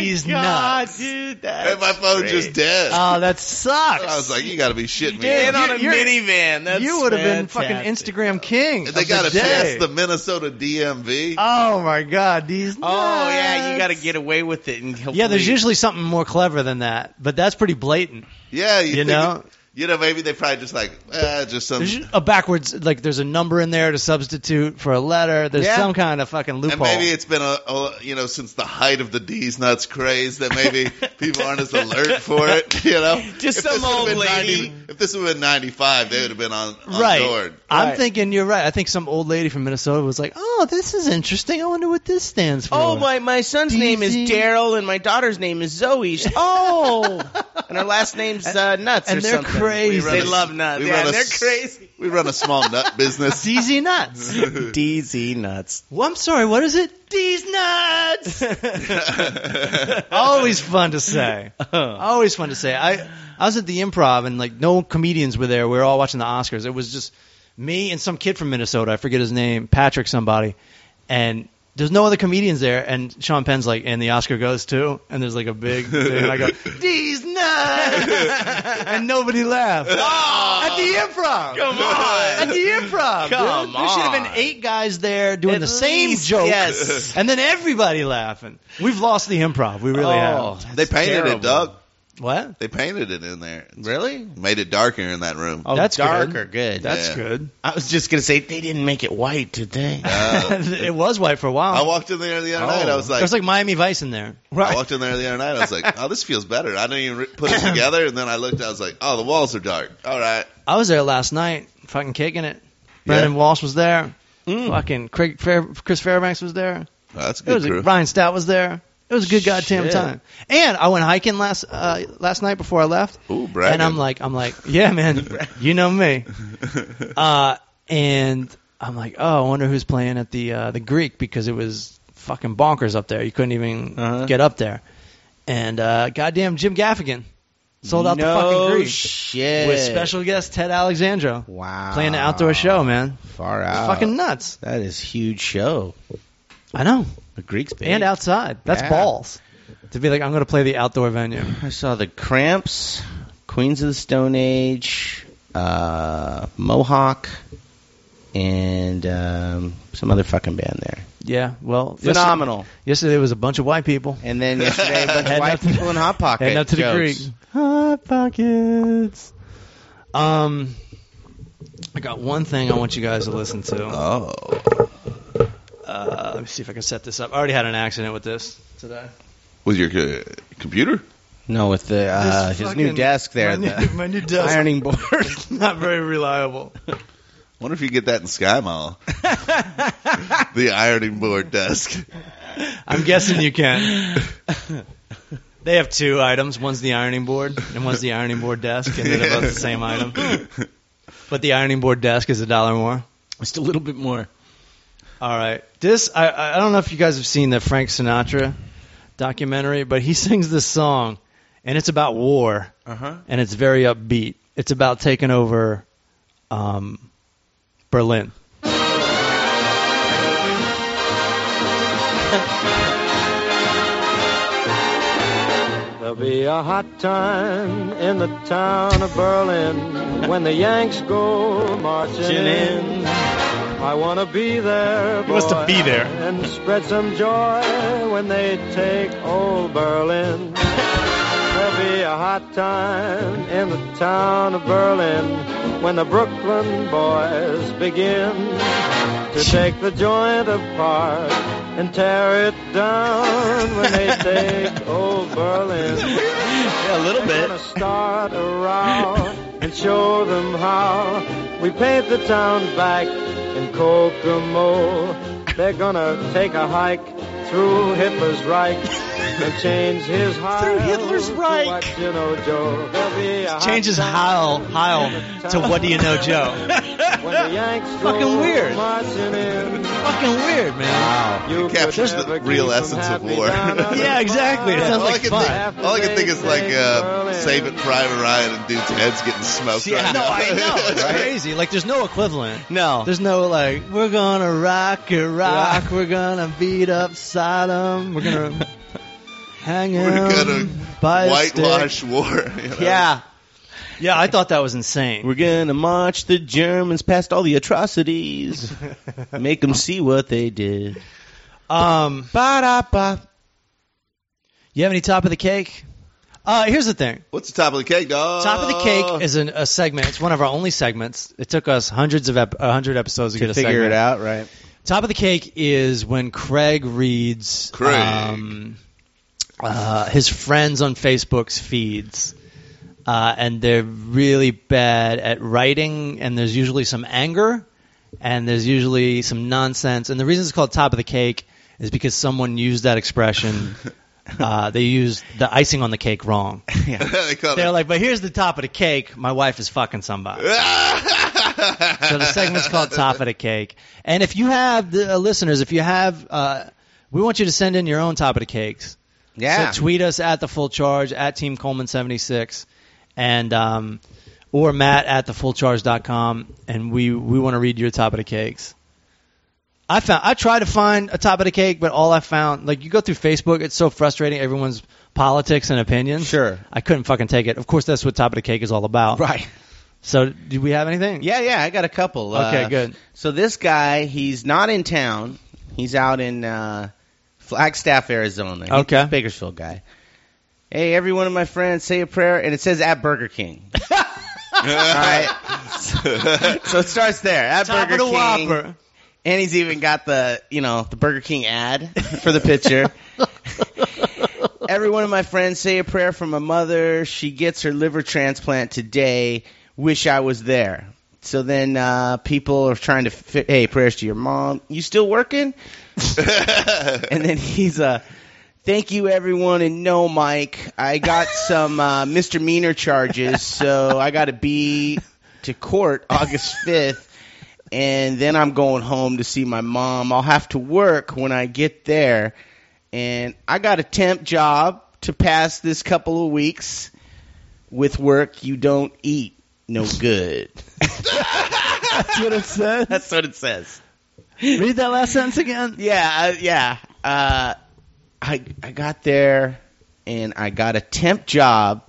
D's nuts.
Oh, dude, that's
And my phone just dead.
Oh, that sucks.
I was like, you got to be shitting me.
did.
and on a
You're-
minivan. That's
you would have been fucking
fantastic.
Instagram king.
And they
of
got to
the
pass
day.
the Minnesota DMV.
Oh my god, these.
Oh yeah,
nuts.
you got to get away with it. And
Yeah, there's
hopefully-
usually something more clever than that, but that's pretty blatant.
yeah, you,
You
think-
know?
You know, maybe they probably just like, eh, just some.
There's ju- a backwards, like there's a number in there to substitute for a letter. There's
Yeah.
some kind of fucking
And
loophole.
maybe it's been a, a you know since the height of the D's nuts craze that maybe people aren't as alert for it. You know,
Just some
this would've
old
been
lady.
if this would have been 95, they would have been on, on
right.
board.
I'm
Right.
thinking you're right. I think some old lady from Minnesota was like, "Oh, this is interesting. I wonder what this stands for."
Oh my! My son's name is
DZ.
Daryl, and my daughter's name is Zoe. She- Oh, and her last name's uh, Nuts.
And
or
they're
something.
crazy.
We
We
They
run a-
love Nuts.
we
Yeah,
run a
they're
s-
crazy.
We run a small nut business.
DZ nuts.
DZ Nuts.
well, I'm sorry. What is it? These nuts. Always fun to say. Always fun to say. I I was at the improv and like no comedians were there. We were all watching the Oscars. It was just me and some kid from Minnesota. I forget his name, Patrick somebody. And there's no other comedians there. And Sean Penn's like, and the Oscar goes to. And there's like a big thing. And I go, these nuts. and nobody laughed.
Ah!
At the improv.
Come
At
on.
the improv.
Come
dude. There should have been
on.
eight guys there doing
At
the same
least,
joke.
yes.
And then everybody laughing. We've lost the improv. We really
Oh.
have.
they painted
terrible.
it, Doug.
What?
They painted it in there.
Really?
Made it darker in that room.
Oh,
That's
darker. Good.
That's
Yeah.
good.
I was just gonna say they didn't make it white, did they?
Uh,
it was white for a while.
I walked in there the other night. I was like,
There's like Miami Vice in there.
I walked in there the other night. I was like, oh, this feels better. I didn't even re- put it together. And then I looked. I was like, oh, the walls are dark. All right.
I was there last night, fucking kicking it. Brandon Walsh was there. Fucking Craig Fair- Chris Fairbanks was there.
That's
It
a Hmm. good
was
crew.
Ryan Stout was there. It was a good goddamn
Shit.
time. And I went hiking last uh, last night before I left.
Ooh, bragging.
and I'm like, I'm like, yeah, man, you know me. Uh, and I'm like, oh, I wonder who's playing at the uh, the Greek because it was fucking bonkers up there. You couldn't even
Uh-huh.
get up there. And uh, goddamn, Jim Gaffigan sold out the
No
fucking Greek
shit.
with special guest Ted Alexandro
Wow.
playing an outdoor show, man.
Far out.
Fucking nuts.
That is huge show.
I know.
The Greeks big.
And outside, that's
Yeah.
balls. To be like, I'm going to play the outdoor venue.
I saw the Cramps, Queens of the Stone Age, uh, Mohawk, and um, some other fucking band there.
Yeah, well, yesterday-
Phenomenal.
Yesterday was a bunch of white people.
And then yesterday, a bunch of
Heading
white
up to-
people in Hot Pocket.
Heading up to the
jokes.
Greek. Hot pockets. Um, I got one thing I want you guys to listen to.
Oh.
Uh, let me see if I can set this up. I already had an accident with this today.
With your co- computer?
No, with the uh,
This
his
fucking-
new desk there,
My new,
the
my new desk.
ironing board.
Not very reliable.
Wonder if you get that in Sky Mall. the ironing board desk.
I'm guessing you can. They have two items. One's the ironing board, and one's the ironing board desk, and they're both the same item. But the ironing board desk is a dollar more.
Just a little bit more.
All right. This I I don't know if you guys have seen the Frank Sinatra documentary, but he sings this song, and it's about war,
Uh huh.
and it's very upbeat. It's about taking over um, Berlin.
There'll be a hot time in the town of Berlin when the Yanks go marching in. I want to be there. Boy,
wants to be there.
And spread some joy when they take old Berlin. There'll be a hot time in the town of Berlin when the Brooklyn boys begin to take the joint apart and tear it down when they take old Berlin.
Yeah, a little
We're
bit.
gonna start a row and show them how we paint the town back in Kokomo. They're gonna take a hike through Hitler's Reich and change his Heil
Hitler's
to
Reich.
what you know, Joe. There'll be a
Changes Heil Heil to What Do You Know, Joe?
hike when the Yanks go
Fucking weird.
marching in.
Fucking weird, man.
You
It captures
could
the
never
real
keep 'em
essence of
happy
war.
down under
Yeah, exactly. It
fire.
sounds
all, I
like
can
fun.
think, all I can think is like uh, Saving Private Ryan and dude's head's getting smoked
Yeah.
right
No,
now.
I know,
It's crazy. Like, there's no equivalent.
No.
There's no like, we're gonna rock it, rock. We're gonna beat up Sodom. We're gonna hang him
We're gonna
by a stick.
Whitewash war. you know?
Yeah.
Yeah, I thought that was insane.
We're gonna march the Germans past all the atrocities. Make them see what they did.
Um,
Ba-da-ba.
you have any top of the cake? Uh, here's the thing.
What's the top of the cake, dog?
Top of the
Uh.
cake is an, a segment. It's one of our only segments. It took us hundreds of ep- uh, hundred episodes to, get a
Figure
segment.
it out, right?
Top of the cake is when Craig reads
Craig.
Um, uh, his friends on Facebook's feeds, uh, and they're really bad at writing, and there's usually some anger, and there's usually some nonsense. And the reason it's called top of the cake is because someone used that expression. uh, they used the icing on the cake wrong.
they call
They're
it.
like, but here's the top of the cake. My wife is fucking somebody. So
so
the segment's called Top of the Cake. And if you have the uh, listeners, if you have, uh, we want you to send in your own Top of the Cakes.
Yeah.
So tweet us at the Full Charge at Team Coleman seventy six, and um, or Matt at thefullcharge.com, and we we want to read your Top of the Cakes. I found I tried to find a Top of the Cake, but all I found like you go through Facebook, it's so frustrating. Everyone's politics and opinions.
Sure.
I couldn't fucking take it. Of course, that's what Top of the Cake is all about.
Right.
So, do we have anything?
Yeah, yeah, I got a couple.
Okay,
Uh,
good.
So this guy, he's not in town. He's out in uh, Flagstaff, Arizona. He's
Okay.
a Bakersfield guy. Hey, every one of my friends, say a prayer, and it says at Burger King. All right. So it starts there at
Top
Burger
of the
King,
Whopper.
and he's even got the you know the Burger King ad for the picture. Every one of my friends say a prayer for my mother. She gets her liver transplant today. Wish I was there. So then uh, people are trying to, fi- hey, prayers to your mom. You still working? And then he's uh, thank you everyone and no, Mike. I got some uh, misdemeanor charges, so I got to be to court August 5th. And then I'm going home to see my mom. I'll have to work when I get there. And I got a temp job to pass this couple of weeks with work you don't eat. No good.
That's what it says.
That's what it says.
Read that last sentence again.
Yeah, uh, yeah. Uh, I I got there and I got a temp job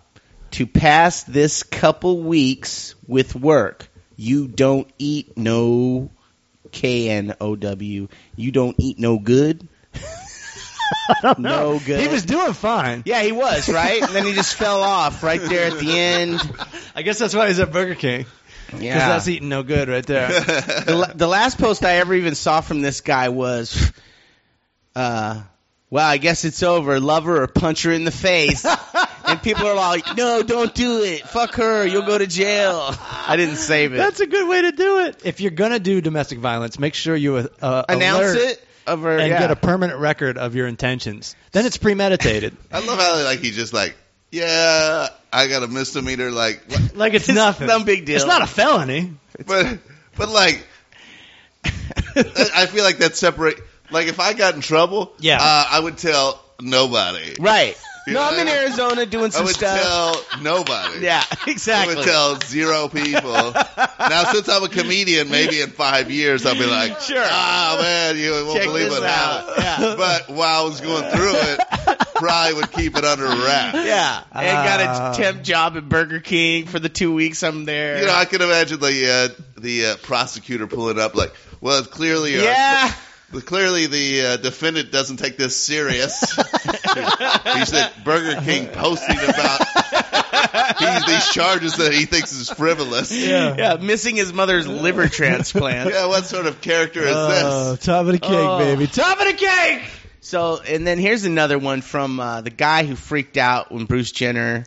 to pass this couple weeks with work. You don't eat no K N O W. You don't eat no good. No good.
He was doing fine.
yeah, he was right, and then he just fell off right there at the end.
I guess that's why he's at Burger King.
Yeah,
Because that's eating no good right there.
the, la- the last post I ever even saw from this guy was, uh, well, I guess it's over. Love her or punch her in the face. and people are like, "No, don't do it. Fuck her. You'll go to jail." I didn't save it.
That's a good way to do it. If you're gonna do domestic violence, make sure you uh, uh,
Announce
alert
it of her.
and
yeah.
get a permanent record of your intentions. Then it's premeditated,
I love how like he just like, yeah, I got a misdemeanor. Like, what-
like it's, nothing.
no big deal.
It's not a felony.
but but like, I I feel like that separate. Like if I got in trouble,
Yeah.
uh, I would tell nobody.
right.
You
no,
know
I'm in
what I mean?
Arizona doing
I
some
would
stuff.
tell nobody.
yeah,
I
exactly.
would tell zero people. now, since I'm a comedian, maybe in five years I'll be like,
Sure.
ah, man, you won't
Check
believe
this
what
out.
happened.
Yeah.
But while I was going through it, probably would keep it under wraps.
Yeah, and
Ah.
got a temp job at Burger King for the two weeks I'm there.
You know, I can imagine the uh, the uh, prosecutor pulling up like, well, clearly, uh,
yeah,
clearly the uh, defendant doesn't take this serious. He's at Burger King posting about these, these charges that he thinks is frivolous.
yeah, missing his mother's liver transplant.
Yeah, what sort of character is
Oh,
this?
top of the cake,
Oh.
baby. Top of the cake.
So, and then here's another one from uh, the guy who freaked out when Bruce Jenner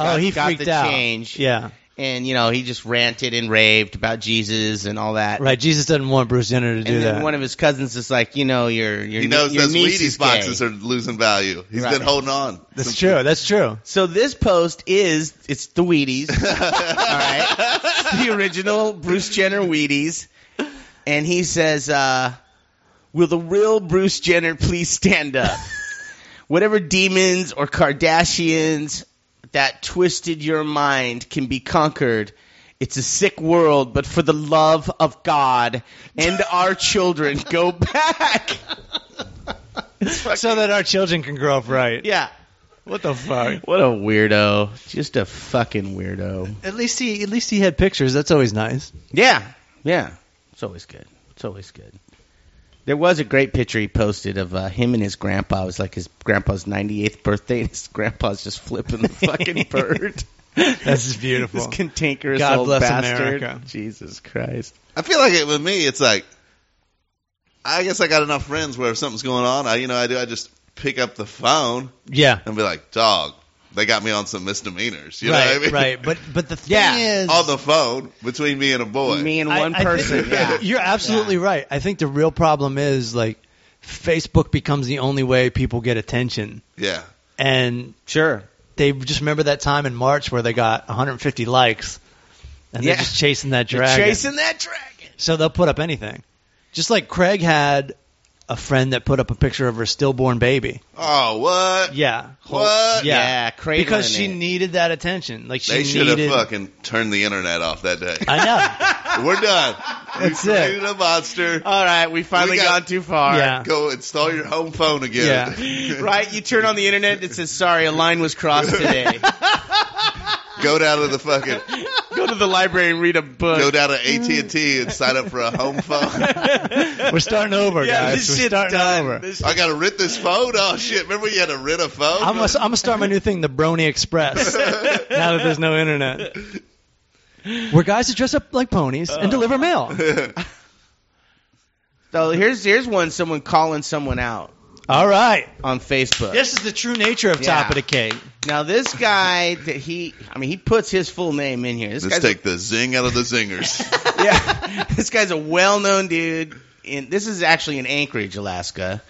oh, he
got
freaked
the
out.
change.
Yeah,
and you know he just ranted and raved about Jesus and all that.
right. Jesus doesn't want Bruce Jenner to do
And then
that.
one of his cousins is like, you know, your your
He knows
your
those
niece is
Wheaties
gay.
boxes are losing value. He's
Right.
been holding on.
that's true. That's true.
So this post is it's the Wheaties, all right? It's the original Bruce Jenner Wheaties, and he says, uh, "Will the real Bruce Jenner please stand up? Whatever demons or Kardashians that twisted your mind can be conquered." It's a sick world, but for the love of God and our children, go back.
So that our children can grow up right.
Yeah.
What the fuck?
What a weirdo. Just a fucking weirdo.
At least he, at least he had pictures. That's always nice.
Yeah, yeah. It's always good. It's always good. There was a great picture he posted of uh, him and his grandpa. It was like his grandpa's 98th birthday, and his grandpa's just flipping the fucking bird.
This is beautiful.
This cantankerous
God
old
bless
bastard.
America.
Jesus Christ.
I feel like it with me. It's like, I guess I got enough friends where if something's going on, I you know I do. I just pick up the phone
Yeah.
and be like, dog, they got me on some misdemeanors. You
right.
know what I mean?
Right. But but the thing
Yeah.
is,
on the phone between me and a boy.
Me and
I-
one
I think-
person. yeah.
You're absolutely right. I think the real problem is like Facebook becomes the only way people get attention,
yeah.
and
Sure.
they just remember that time in March where they got 150 likes, and
Yeah.
they're just chasing that
You're
dragon.
chasing that dragon.
So they'll put up anything. Just like Craig had a friend that put up a picture of her stillborn baby.
Oh, what?
Yeah.
What?
Yeah.
crazy.
Because she needed that attention. Like she
They should have
needed
fucking turned the internet off that day.
I know.
We're done.
That's
we
it.
created a monster.
All right, we finally
We got-
gone too far.
Yeah.
Go install your home phone again.
Right? You turn on the internet, it says, sorry, a line was crossed today.
Go down to the fucking
Go to the library and read a book.
go down to AT and T and sign up for a home phone.
We're starting over,
Yeah,
guys.
this
We're
shit's
starting
done.
over.
This-
I gotta rent this phone. Oh shit! Remember you had to rent a phone?
I'm gonna, I'm gonna start my new thing, the Brony Express. now that there's no internet, where guys that dress up like ponies and
Uh.
deliver mail.
so here's here's one someone calling someone out
All right,
on Facebook.
this is the true nature of
Yeah.
Top of the Cake.
Now this guy that he I mean he puts his full name in here. This
Let's
guy's
take the zing out of the zingers.
yeah, this guy's a well-known dude and this is actually in Anchorage, Alaska.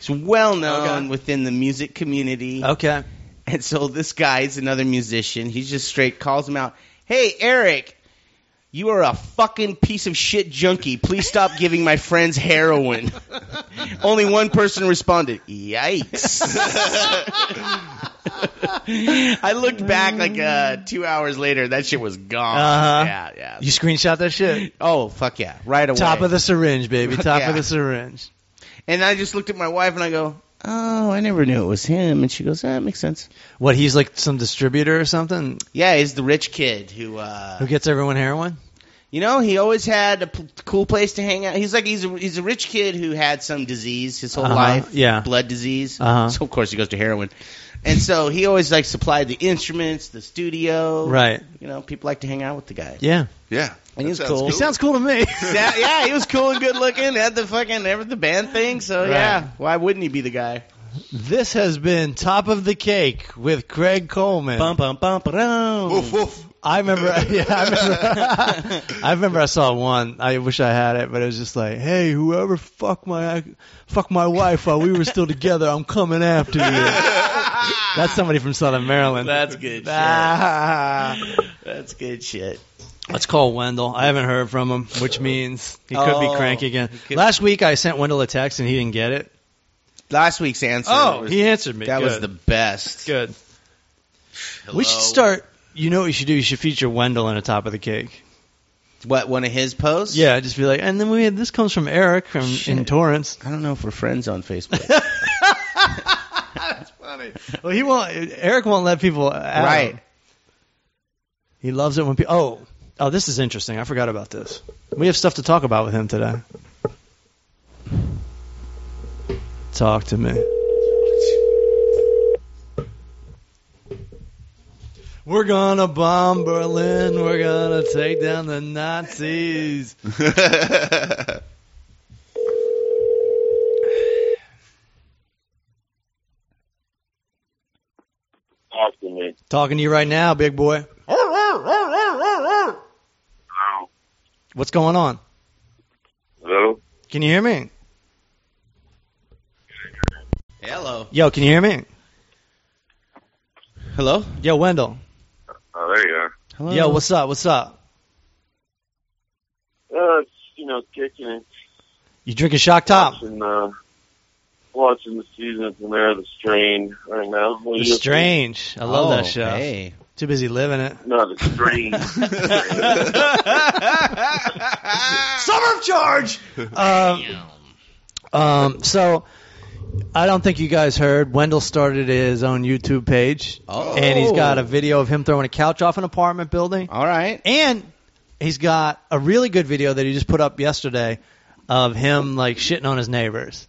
He's well known
Okay.
within the music community.
Okay,
And so this guy's another musician. He just straight calls him out. Hey, Eric, you are a fucking piece of shit junkie. Please stop giving my friends heroin. Only one person responded. Yikes. I looked back like uh, two hours later. That shit was gone.
Uh-huh.
Yeah, yeah.
you screenshot that shit.
oh, fuck yeah. Right away.
Top of the syringe, baby. Top
Yeah.
of the syringe.
and I just looked at my wife and I go, oh, I never knew it was him. And she goes, that makes sense.
What? He's like some distributor or something
Yeah, he's the rich kid who. Uh,
who gets everyone heroin.
You know, he always had a p- cool place to hang out. He's like he's a, he's a rich kid who had some disease his whole
Uh-huh,
life,
yeah.
blood disease.
Uh-huh.
So of course he goes to heroin, and so he always like supplied the instruments, the studio.
Right.
You know, people like to hang out with the guy.
Yeah,
Yeah,
And
that
he's
sounds
cool.
it sounds cool to me.
Yeah, yeah, he was cool and good looking. Had the fucking had the band thing, so
Right.
yeah, why wouldn't he be the guy?
This has been Top of the Cake with Craig Coleman.
Bum bum bum ba-dum.
Woof woof.
I remember, yeah, I remember, I remember I saw one. I wish I had it, but it was just like, hey, whoever fuck my fuck my wife while we were still together, I'm coming after you. That's somebody from Southern Maryland.
That's good shit.
Ah.
That's good shit.
Let's call Wendell. I haven't heard from him, which means he could
Oh,
be cranky again.
he could-
Last week I sent Wendell a text and he didn't get it.
Last week's answer.
Oh,
was-
he answered me.
that
Good.
was the best.
good. We should
Hello.
start. You know what you should do? You should feature Wendell in the top of the cake.
What one of his posts?
Yeah, just be like, and then we had this comes from Eric from in
Shit.
Torrance.
I don't know if we're friends on Facebook.
That's funny. Well, he won't. Eric won't let people. At
Right.
him. He loves it when people. Oh, oh, this is interesting. I forgot about this. We have stuff to talk about with him today. Talk to me. We're gonna bomb Berlin. We're gonna take down the Nazis.
Talk to me.
Talking to you right now, big boy.
Hello.
What's going on?
Hello.
Can you hear me?
Hello.
Yo, can you hear me?
Hello.
Yo, Wendell.
Oh, there you are.
Hello.
Yo, what's up? What's up?
Uh, it's, you know, kicking it,
You drinking Shock Top?
watching, uh, watching the season of Panera The Strain right now. What do
The
you-
Strange. I love
Oh,
that show.
Hey.
Too busy living it.
No, The Strain.
Summer of Charge. Um, um, so I don't think you guys heard. Wendell started his own YouTube page,
Oh.
and he's got a video of him throwing a couch off an apartment building,
All right.
and he's got a really good video that he just put up yesterday of him like shitting on his neighbors.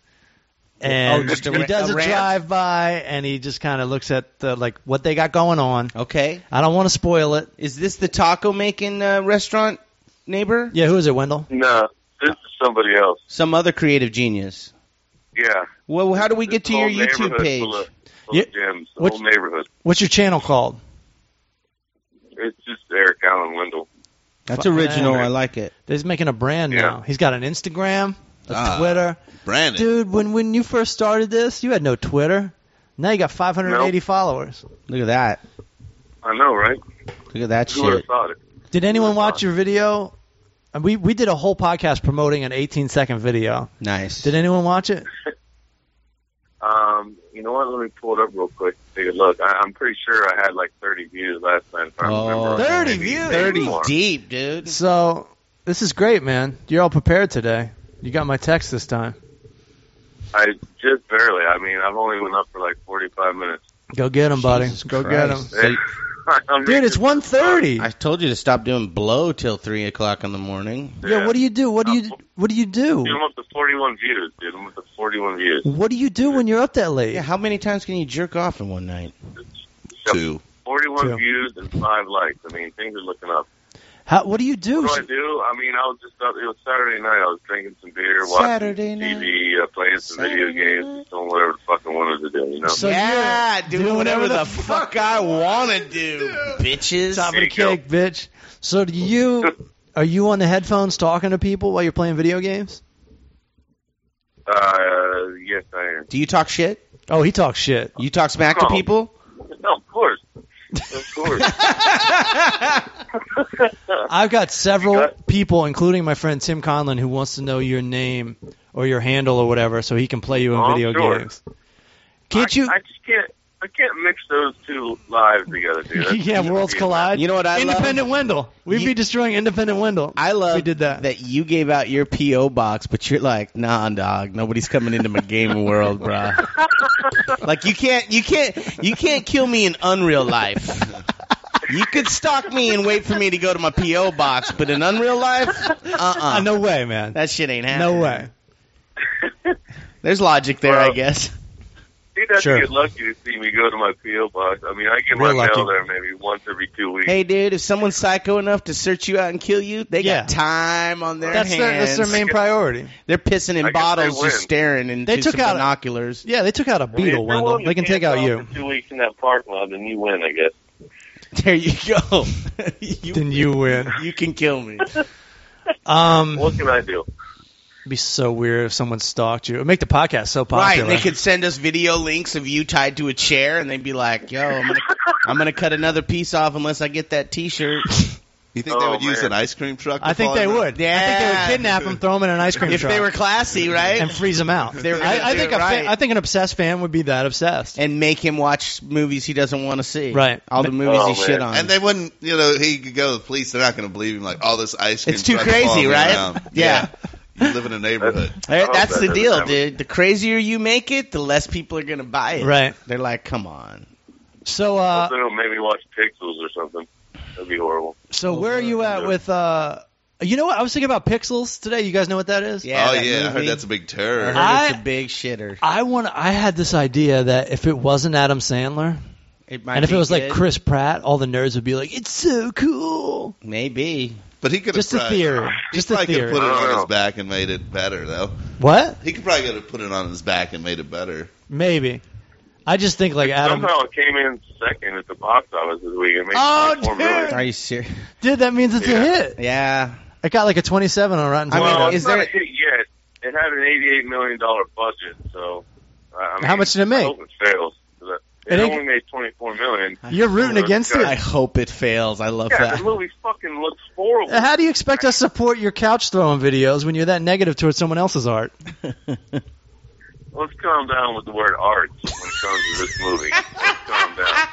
And
Oh, just a
he
ra-
does
a
a
rant?
drive by, and he just kind of looks at the, like what they got going on.
Okay.
I don't want to spoil it.
Is this the taco making uh, restaurant neighbor?
Yeah, who is it, Wendell?
no, this is somebody else.
Some other creative genius.
Yeah.
Well, how do we
This
get to
whole
your YouTube
neighborhood
page?
Full of, full
Yeah.
of gems. The
What-
whole neighborhood.
What's your channel called?
It's just Eric Allen Wendell.
That's
Fuck,
original.
man.
I like it.
He's making a brand
Yeah.
now. He's got an Instagram, a
Ah.
Twitter.
Brandon.
Dude, when when you first started this, you had no Twitter. Now you got 580 followers.
Look at that.
I know, right?
Look at that
Who would have
shit.
thought it?
Did anyone watch
God.
your video? And We we did a whole podcast promoting an 18 second video.
Nice.
Did anyone watch it?
Um, you know what? Let me pull it up real quick. Take a look. I, I'm pretty sure I had like 30 views last time. If I
Oh.
remember.
30
Maybe-
views?
maybe
30
more.
deep, dude.
So this is great, man. You're all prepared today. You got my text this time.
I just barely. I mean, I've only went up for like 45 minutes.
Go get him, buddy.
Jesus
Go get him,
Christ. So-
I'm
dude. It's
just-
1:30.
I told you to stop doing blow till three o'clock in the morning.
yeah. What do you do? What do you What do you do?
Dude, I'm up to 41 views, dude. I'm up to 41 views.
What do you do when you're up that late?
Yeah. How many times can you jerk off in one night?
Two.
41
Yeah.
views and five likes. I mean, things are looking up.
How, what do you do?
What do I do? I mean, I was just up. It was Saturday night. I was drinking some beer, watching
Saturday night.
TV, uh, playing some
Saturday
video games,
night.
just doing whatever the fuck I wanted to do. You know.
So you're doing whatever the
fuck I want to do, bitches.
Top of
There
the
you go.
cake, bitch. So do you? Are you on the headphones talking to people while you're playing video games?
uh, yes, I am.
Do you talk shit?
Oh, he talks shit.
You talk smack to
No.
people?
No, of course, of course.
I've got several
Got-
people, including my friend Tim Conlon, who wants to know your name or your handle or whatever, so he can play you in
Oh, I'm
video
sure.
games. Can't you?
I, I just can't. I can't mix those two lives together, dude. That's-
yeah, worlds collide.
You know what I love?
independent Wendell. We'd
You-
be destroying independent Wendell.
I love
We did that.
you gave out your PO box, but you're like, nah, dog. Nobody's coming into my gaming world, bro. like you can't, you can't, you can't kill me in unreal life. You could stalk me and wait for me to go to my PO box, but in unreal life, uh, uh
Uh, no way, man.
that shit ain't happening.
No way.
There's logic there, I
Well-
guess.
Yeah, You'd have
Sure.
to get lucky to see me go to my PO box. I mean, I get
Real
my
lucky.
mail there maybe once every two weeks.
Hey, dude, if someone's psycho enough to search you out and kill you, they
Yeah.
got time on their
That's
hands.
their, that's their main priority.
They're pissing in
I guess they
bottles,
win.
just staring into
They took
some
out a-
binoculars.
Yeah, they took out a
I mean, if
beetle,
you're
Wendell.
willing to
They can take
stand
out
out
you.
for Two weeks in that parking lot, then you win, I guess.
There you go. you,
Then you win.
you can kill me.
Um,
What can I do?
it'd be so weird if someone stalked you. It'd make the podcast so
Right,
popular.
and they could send us video links of you tied to a chair, and they'd be like, "Yo, I'm gonna, I'm gonna cut another piece off unless I get that T-shirt."
You think they
Oh,
would use
man.
an ice cream truck? to
I think
follow
they
them?
would. I think they
Yeah.
would kidnap him, throw him in an ice cream
if
truck,
they were classy, right?
and
And,
freeze him out.
they were gonna
I, I
do
think
it
a fan,
right.
I think an obsessed fan would be that obsessed.
make him watch movies he doesn't want to see.
Right.
All the movies he
Oh,
shit
man.
on.
And they wouldn't, you know, he could go to the police. They're not going to believe him. Like, all this ice cream.
it's too
truck following
crazy,
me
right?
around.
Yeah.
You live in a neighborhood.
Hey,
Oh,
That's
that
the
doesn't
deal,
happen.
dude. The crazier you make it, the less people are gonna buy it.
Right.
They're like, "Come on."
So, uh,
Hopefully it'll make me watch Pixels or something. That'd be horrible.
so where are you at with? Uh, you know what? I was thinking about Pixels today. You guys know what that is?
Yeah.
oh
that
yeah, I
movie. Uh-huh.
heard that's a big
I
terror.
heard it's
I-
a big shitter.
I want. I had this idea that if it wasn't Adam Sandler,
It might
and if
be
it was like
good.
Chris Pratt, all the nerds would be like, "It's so cool."
maybe.
But he could have
Just a
probably-
theory.
He
Just a
probably could
theory.
put it
I don't
on his
know.
back and made it better, though.
What?
He could probably could have put it on his back and made it better.
Maybe. I just think like Adam.
Somehow it came in second at the box office this week. It made
Oh,
24
dude.
million.
Are you serious?
Dude, that means it's a
Yeah.
hit.
Yeah.
It got like a 27 on Rotten
I mean,
Tomatoes.
well,
is
it's not
there-
a hit yet. It had an eighty-eight million dollar budget, so I I mean,
How much did it make?
I hope it fails. It,
It
it
ain't-
only made twenty-four million.
You're rooting
Well,
against
it's
I
it.
hope it fails. I love
Yeah,
that.
the movie fucking looks horrible.
How do you expect us to support your couch throwing videos when you're that negative towards someone else's art?
Let's calm down with the word art when it comes to this movie. Let's calm down.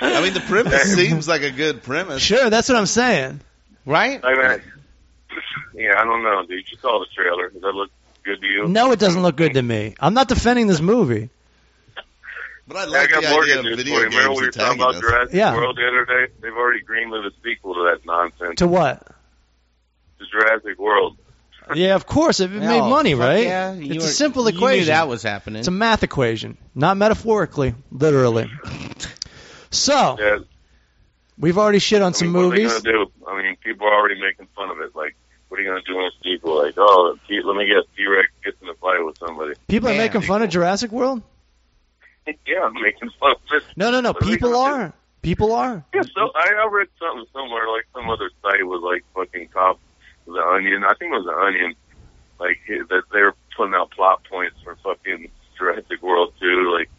I mean, the premise seems like a good premise.
Sure, that's what I'm saying.
right?
I mean, yeah, I don't know, dude. You saw the trailer. Does that look good to you?
No, it doesn't look good to me. I'm not defending this movie.
But I
I
like
got
the
more
idea
good
of
news
video
for you. Remember
games
we were talking
attacking
about
us.
Jurassic
Yeah.
World the other day? They've already greenlit a sequel to that nonsense.
To what?
To Jurassic World.
Yeah, of course, if it made
Oh,
money,
fuck
right?
Yeah, You
it's
were-
a simple
you
equation.
Knew that was happening.
It's a math equation, not metaphorically, literally. So
Yeah,
we've already shit on
I
Oh, some
mean,
movies.
What are they gonna do? I mean, people are already making fun of it. Like, what are you gonna do in a sequel? Like, oh, T- let me guess, T Rex gets in a fight with somebody.
People
Man.
are making fun of Jurassic World.
yeah, I'm making fun of it.
No, no, no.
What are they
People
gonna do?
are. People are.
Yeah, so I, I read something somewhere, like some other site was like fucking top the Onion. I think it was the Onion, like eh, that they were putting out plot points for fucking Jurassic World two, like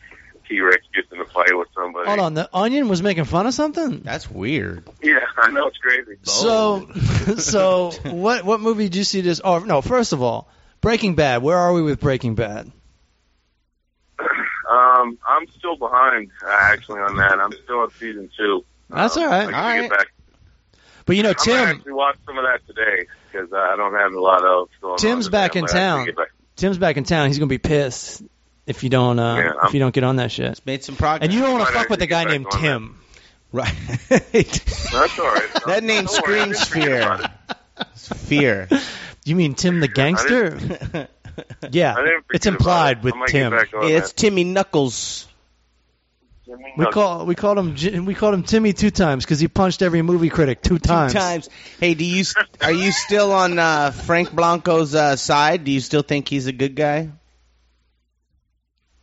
T Rex gets in a fight with somebody.
Hold on, the Onion was making fun of something.
That's weird.
Yeah, I know it's crazy.
So, so what? What movie did you see this? Oh no! First of all, Breaking Bad. Where are we with Breaking Bad?
Um, I'm still behind uh, actually on that. I'm still on season two.
That's
Um,
all right.
I should
All right.
get back
But you know,
I'm gonna
Tim.
actually watch some of that today because I don't have a lot of. Going
Tim's
on
back in
But I have to
town.
get back-
Tim's back in town. He's gonna be pissed if you don't. Uh,
Yeah,
if you don't get on that shit.
Made some progress.
And you don't want to
Might
fuck with
actually
a guy
get back
named
on
Tim.
right?
That's all right.
That name
Don't worry, I didn't
screams
forget
fear.
about it.
Fear.
You mean Tim the gangster? Yeah,
I didn't
it's
forget
implied
about it.
with
I might get
Tim.
back on that.
it's Timmy Knuckles.
Jimmy
We
Nuggets.
call we called him Ji- we called him Timmy two times because he punched every movie critic two times.
Two times. Hey, do you are you still on uh, Frank Blanco's uh, side? Do you still think he's a good guy?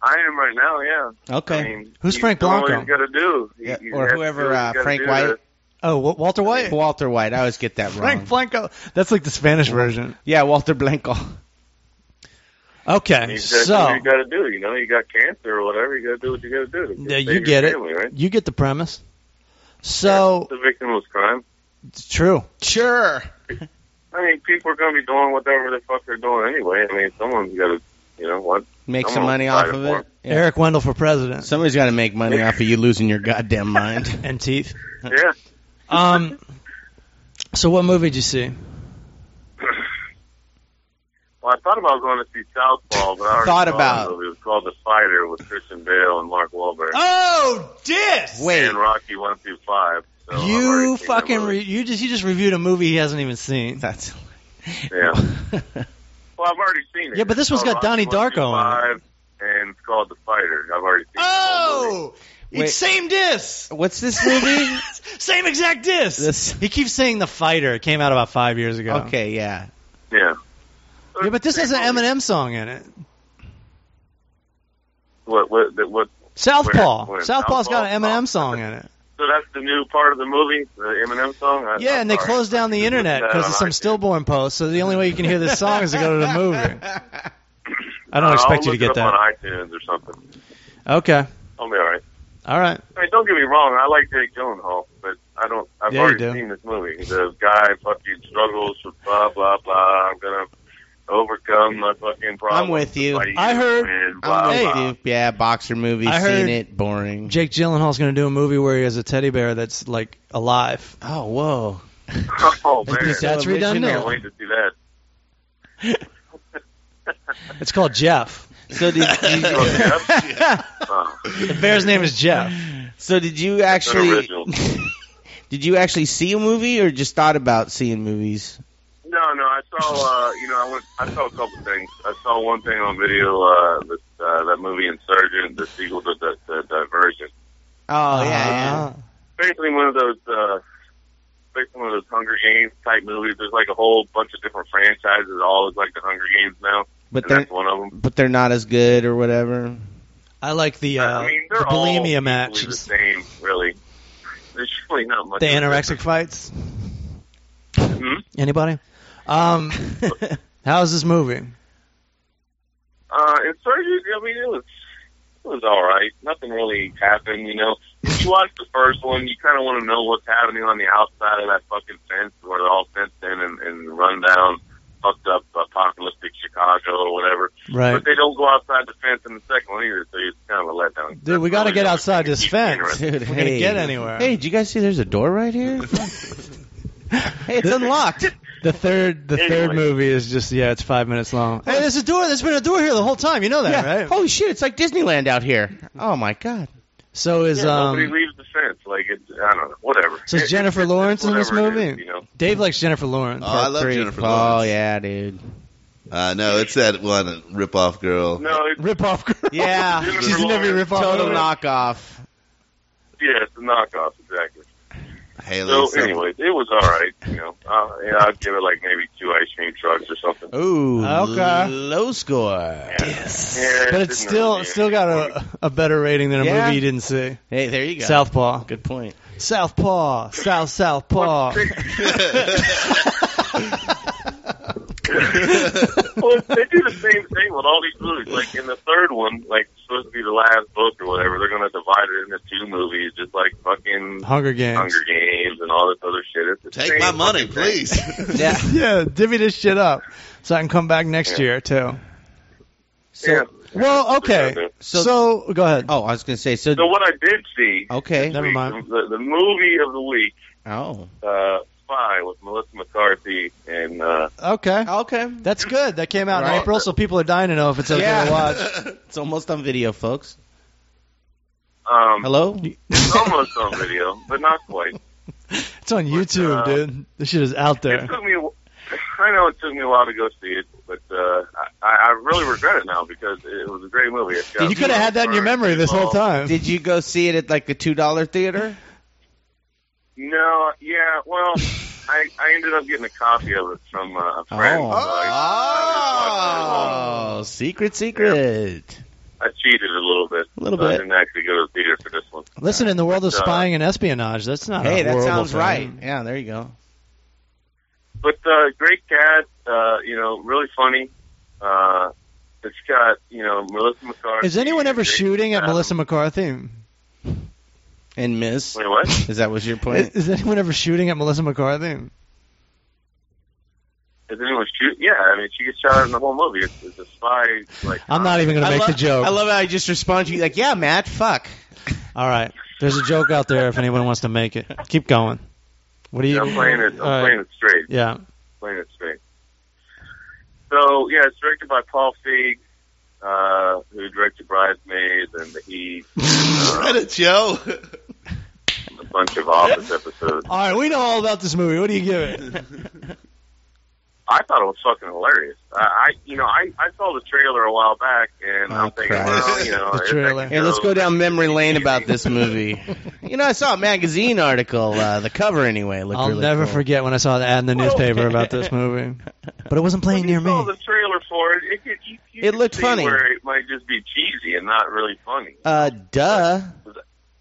I am right now. Yeah.
Okay.
I mean,
Who's
he's
Frank
doing what
Blanco?
He's got to do. He-
Yeah,
he
or
has to
whoever,
do what he's
uh,
gotta
Frank
do
White.
to-
Oh, Wa- Walter White.
Walter White. I always get that wrong.
Frank Blanco. That's like the Spanish version.
yeah, Walter Blanco.
Okay,
He's got to do
so
what you got to do. You know, you got cancer or whatever. You got to do what you got to do. to
Yeah,
save
you
your
get it.
family, right?
You get the premise. So
the victim was crime.
it's true.
Sure.
I mean, people are going to be doing whatever the fuck they're doing anyway. I mean, someone's got to, you know, what?
Make
I'm
some
on
money
the
off
side
of
of
it.
Mark.
Yeah.
Eric Wendell for president
Somebody's got to make money off of you losing your goddamn mind.
and teeth.
Yeah.
Um. So what movie did you see?
Well, I thought about going to see Southpaw, but I already
Thought
saw
about.
It movie. It was called The Fighter with Christian Bale and Mark Wahlberg
Oh, dis.
Wait,
and Rocky One through Five. So I've already
You
seen that
fucking
movie.
re- you just you just reviewed a movie he hasn't even seen.
that's
yeah. Well, I've already seen it.
Yeah, but this one's
It's
got
called
Donnie
Rocky
Darko in it.
One through Five. and it's called The Fighter. I've already seen the whole movie.
Oh, it's
Wait.
same disc.
What's this movie?
Same exact disc.
This-
He keeps saying the fighter. It came out about five years ago.
okay, yeah.
Yeah.
Yeah, but this has an
Same movie.
Eminem song in it.
What? What? that- What?
Southpaw.
Where- where-
Southpaw's got an
Southpaw?
Eminem song in it.
So that's the new part of the movie, the Eminem song. I,
Yeah,
I'm
and they
sorry.
closed down
I
the
just
internet
looked at it
because
on
of some
iTunes.
stillborn post. So the only way you can hear this song is to go to the movie. I don't
I'll
expect you to
look
get
it up
that.
on iTunes or something.
Okay.
I'll be all right.
All right.
I mean, don't get me wrong. I like Jake Gyllenhaal, but I don't. I've
Yeah, you
already
do.
seen this movie. The guy fucking struggles with blah blah blah. I'm gonna overcome my fucking problem.
with you.
I heard-
I'm
Hey.
with you. Yeah, boxer movie.
I
seen
heard-
it. Boring.
Jake Gyllenhaal's going to do a movie where he has a teddy bear that's like alive.
oh, whoa.
Oh man,
That's
so
redundant.
can't wait to see that.
It's called Jeff.
So did you,
Okay, that's- uh,
The bear's name is Jeff.
so did you
an
actually
original.
did you actually see a movie or just thought about seeing movies?
No, no, I saw. Uh, you know, I went. I saw a couple things. I saw one thing on video. Uh, this, uh, that movie Insurgent, the sequel to the, the Divergent.
Oh
Uh,
yeah,
Basically, one of those. Uh, basically, one of those Hunger Games type movies. There's like a whole bunch of different franchises. All is like the Hunger Games now,
but
and
they're
that's one of them.
but they're not as good or whatever.
I like the, uh,
I mean,
the
they're all
bulimia
equally the
matches,
same, really. There's really not much.
the
of a
anorexic fights.
Hmm?
Anybody? Um, how's this movie?
Uh, and surgery, I mean, it was it was all right. Nothing really happened, you know. If you watch the first one, you kind of want to know what's happening on the outside of that fucking fence, where they're all fenced in and, and run down, fucked up uh, apocalyptic Chicago or whatever.
Right.
But they don't go outside the fence in the second one either, so it's kind of a letdown.
Dude, we got to
That's
get
really
outside
the only
this
thing that
fence.
keeps me
Dude,
We're going to
hey.
get anywhere.
Hey, did you guys see there's a door right here? hey, it's unlocked.
The third, the third
Anyway.
movie is just yeah, it's five minutes long. Hey, there's a door. There's been a door here the whole time. You know that,
Yeah.
right?
Holy shit, it's like Disneyland out here. Oh my god.
So is
Yeah, nobody
um,
leaves the fence. Like it, I don't know, whatever.
So is
It- it-
Jennifer
it's
Lawrence in this
whatever it is,
movie?
you know,
Dave likes Jennifer Lawrence.
Oh, I love
Three.
Jennifer
Oh
Lawrence.
yeah, dude.
Uh, no, it's that one rip-off girl.
no, it's
Rip off girl.
Yeah.
Jennifer
she's in every
Lawrence.
rip off.
Total knockoff.
yeah, it's a knockoff, exactly.
Haley.
So,
uh,
something.
anyways, it was all right. You know, uh, yeah, I'd give it like maybe two ice cream trucks or something.
Ooh.
Okay.
Low score.
Yeah, it
But it's
didn't
still
really
still got
work.
a a better rating than a
Yeah?
movie you didn't see.
Hey, there you go.
Southpaw.
Good point.
Southpaw. South Southpaw.
well, they do the same thing with all these movies. Like in the third one, like it's supposed to be the last book or whatever, they're gonna divide it into two movies, just like fucking
Hunger Games.
Hunger Games and all this other shit. It's the
Take
same
my money,
fucking thing.
please.
Yeah.
yeah, divvy this shit up so I can come back next
Yeah.
year too.
Yeah.
Well, okay. So,
So-
go ahead.
Oh, I was gonna say so.
So what I did see,
Okay.
Never
week,
mind.
The, the movie of the week,
Oh.
uh, Spy, with Melissa McCarthy and. uh
Okay.
Okay.
That's good. That came out in
Right.
April, so people are dying to know if it's okay
Yeah.
to watch.
It's almost on video, folks.
um,
Hello.
It's almost on video, but not quite.
It's on YouTube,
uh,
dude. This shit is out
It
there.
took me. a wh- I know it took me a while to go see it, but uh, I, I really regret it now because it was a great movie. It's got
You could have had that in your memory this whole time.
Did you go see it at like the two dollar theater?
No, yeah, well, I, I ended up getting a copy of it from uh, a friend.
Oh.
so I, I,
Oh, secret, secret.
just watched it at home. I cheated a little bit.
A little
So I
bit.
didn't actually go to the theater for this one.
Listen, in the world of
Uh,
spying and espionage, that's not.
Hey,
a
that
horrible
sounds
thing.
right. Yeah, there you go.
But uh, great cat, uh, you know, really funny. Uh, it's got you know Melissa McCarthy.
Is anyone ever
Jake-
shooting at
um,
Melissa McCarthy?
And miss.
Wait, what?
Is that was your
Is,
point?
is anyone ever shooting at Melissa McCarthy?
Is anyone shoot? Yeah, I mean, she gets shot at in the whole movie. It's, it's a spy. Like
I'm not even gonna
I
make
love,
the joke.
I love how I just respond to you like, "Yeah, Matt, fuck."
All right, there's a joke out there if anyone wants to make it. Keep going. What do you?
I'm playing it. I'm
all right.
playing it straight.
Yeah.
Playing it straight. So yeah, it's directed by Paul Feig, uh, who directed Bridesmaids and The Heat,
Credit, Joe.
a bunch of Office episodes.
All right, we know all about this movie. What do you give it?
I thought it was fucking hilarious. I, I you know, I, I saw the trailer a while back, and
Oh,
I'm thinking,
Christ.
well, you know,
The
if that
trailer.
Here, let's
goes-
go down memory lane about this movie. You know, I saw a magazine article, uh, the cover anyway. Looked
I'll
really
never
cool.
forget when I saw the ad in the newspaper about this movie, but it wasn't
When
playing near
you saw
me.
the trailer for it. It, could, you, you
It
could
looked
see
funny.
Where it might just be cheesy and not really funny.
Uh, duh.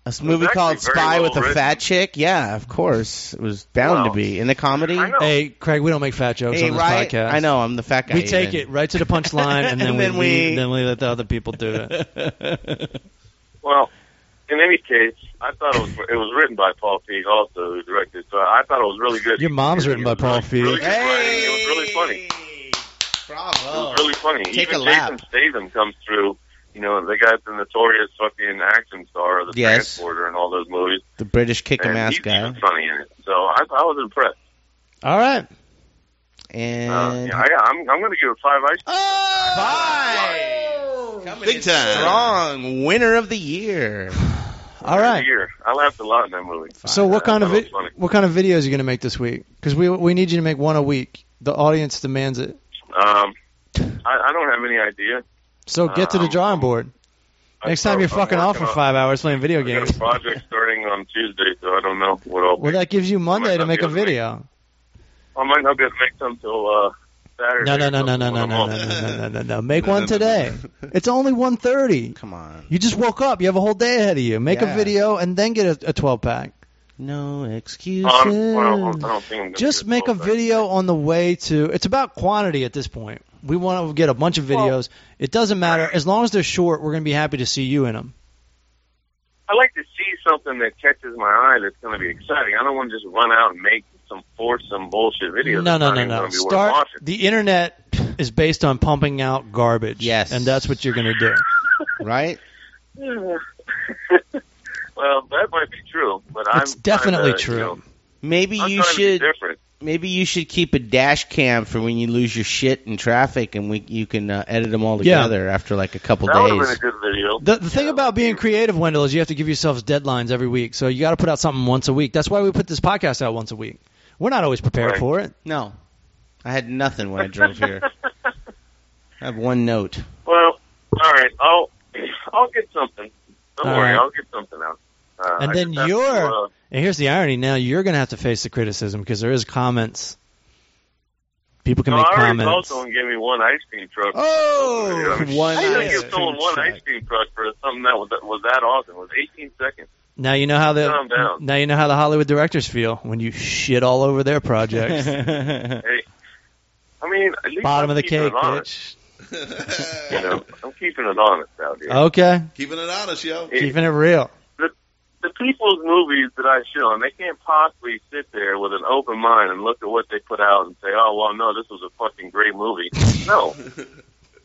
A s- movie
actually
called
very
Spy
well
with a
written.
Fat Chick. Yeah, of course, it was bound
Well,
to be in the comedy.
I know.
Hey, Craig, we don't make fat jokes
Hey,
on this
right?
podcast.
I know I'm the fat guy.
We take it
even.
right to the punchline, and then,
And then
we, leave-
we-
then we let the other people do it.
Well, in any case, I thought it was it was written by Paul Feig, also who directed. So I thought it was really good.
Your mom's written by
It was really-
Paul Feig.
Really good writing.
Hey,
It was really funny. It
Bravo.
was really funny.
Take
Even
a lap.
Jason Statham comes through. You know, they got the notorious fucking action star of the
Yes.
Transporter and all those movies.
the British kick a
and
ass
he's
guy.
even funny in it. So I, I was impressed.
All right.
And
Uh, yeah, I, I'm, I'm going to give it five ice.
oh, Five. Coming
Big
in
time.
strong winner of the year.
All
every
right.
year. I laughed a lot in that movie.
So what
I
kind of
thought it
vi-
was funny.
what kind of videos are you going to make this week? Because we we need you to make one a week. The audience demands it.
Um, I, I don't have any idea.
So get to the
Um,
drawing board.
I-
Next time you're
I'm
fucking off for
working on-
five hours playing video
I got
games.
a project starting on Tuesday, so I don't know what I'll.
Well, that gives you Monday
might
to
not
make
be
a
able to make-
video.
I might not be able to make some till uh, Saturday.
No, no,
or
no, no,
something
no, no,
when
no, no,
I'm off.
no, no, no, no, no. Make one today. It's only 1.30.
Come on.
You just woke up. You have a whole day ahead of you. Make a
Yeah.
video and then get a, a 12 pack.
No
Um, well, I
excuses.
don't I don't think I'm gonna
Just
do it
make a
till Saturday.
video on the way to. It's about quantity at this point. We want to get a bunch of videos. It doesn't matter as long as they're short. We're going to be happy to see you in them.
I like to see something that catches my eye that's going to be exciting. I don't want to just run out and make some force some bullshit video.
No,
that's
no,
not
no,
even
no.
Gonna be worth
Start.
watching.
The internet is based on pumping out garbage.
Yes.
and that's what you're going to do.
right?
well, that might be true, but I'm
It's definitely
kinda,
true.
You know,
Maybe
I'm
you
trying to be
should
different.
maybe you should keep a dash cam for when you lose your shit in traffic, and we you can uh, edit them all
Yeah.
together after like a couple
That would have been a
days.
good video.
The, the thing
Yeah.
about being creative, Wendell, is you have to give yourselves deadlines every week. So you got to put out something once a week. That's why we put this podcast out once a week. We're not always prepared
Right.
for it.
No, I had nothing when I drove here. I have one note.
Well, all right. I'll I'll get something. Don't
All
worry.
right.
I'll get something out. Uh,
And
I
then
just have
you're-
to, uh,
And here's the irony: now you're going to have to face the criticism because there is comments. People can
no,
make
I already told
comments.
someone gave me one ice cream truck.
Oh,
I mean,
one
I didn't
ice
give someone
cream
one
truck.
ice cream truck for something that was that, was that awesome. It was 18 seconds.
Now you know how
Calm
the
down.
now you know how the Hollywood directors feel when you shit all over their projects.
I mean, at least
Bottom of
I'm
the
keeping
cake,
it honest,
bitch.
You know, I'm keeping it honest out here.
Okay,
Keeping it honest, yo.
It-
keeping it real.
the people's movies that I show, and they can't possibly sit there with an open mind and look at what they put out and say, "Oh, well, no, this was a fucking great movie." No,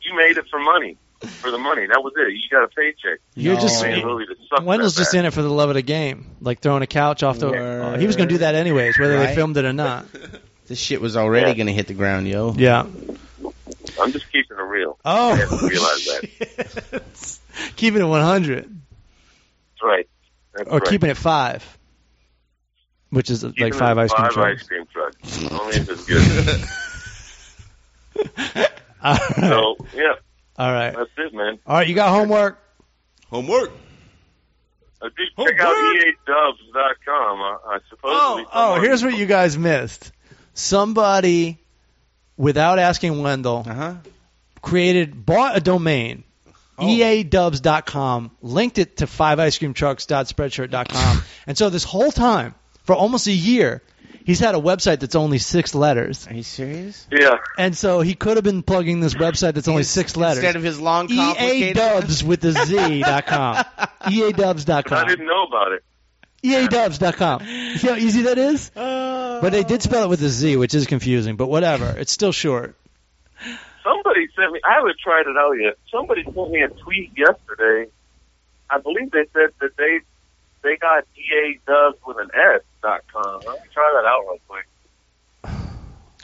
you made it for money, for the money. That was it. You got a paycheck.
You're
No.
just
You made a movie that sucked.
Wendell's
that
just in it for the love of the game, like throwing a couch off the.
Word.
Oh, he was going to do that anyways, whether they
Right.
filmed it or not.
This shit was already
Yeah.
gonna hit the ground, yo.
Yeah.
bad. I'm just keeping it real.
Oh.
I didn't realize that.
shit. keeping it 100
That's right. That's
or
right.
keeping it five, which is
Keeping
like
it
five ice cream
five
trucks.
ice cream trucks. Only if it's good.
All right.
So yeah,
All right.
that's it, man.
All right. You got homework.
Homework.
Uh, Just check out eadubs.com. I, I suppose.
Oh, oh, here's what you guys missed. Somebody, without asking Wendell,
Uh huh.
created bought a domain.
Oh.
E EADubs.com linked it to fiveicecreamtrucks.spreadshirt.com. and so this whole time, for almost a year, he's had a website that's only six letters.
Are you serious?
Yeah.
And so he could have been plugging this website that's only six
Instead
letters. E
of his long complicated.
EADubs with a Z dot com. E
I
EADubs.com.
didn't know about it.
E EADubs.com. You see how easy that is?
Uh.
But they did spell it with a Z, which is confusing, but whatever. It's still short.
Somebody sent me. I haven't tried it out yet. Somebody sent me a tweet yesterday. I believe they said that they they got da dubs with an s dot com. Let me try that out real quick.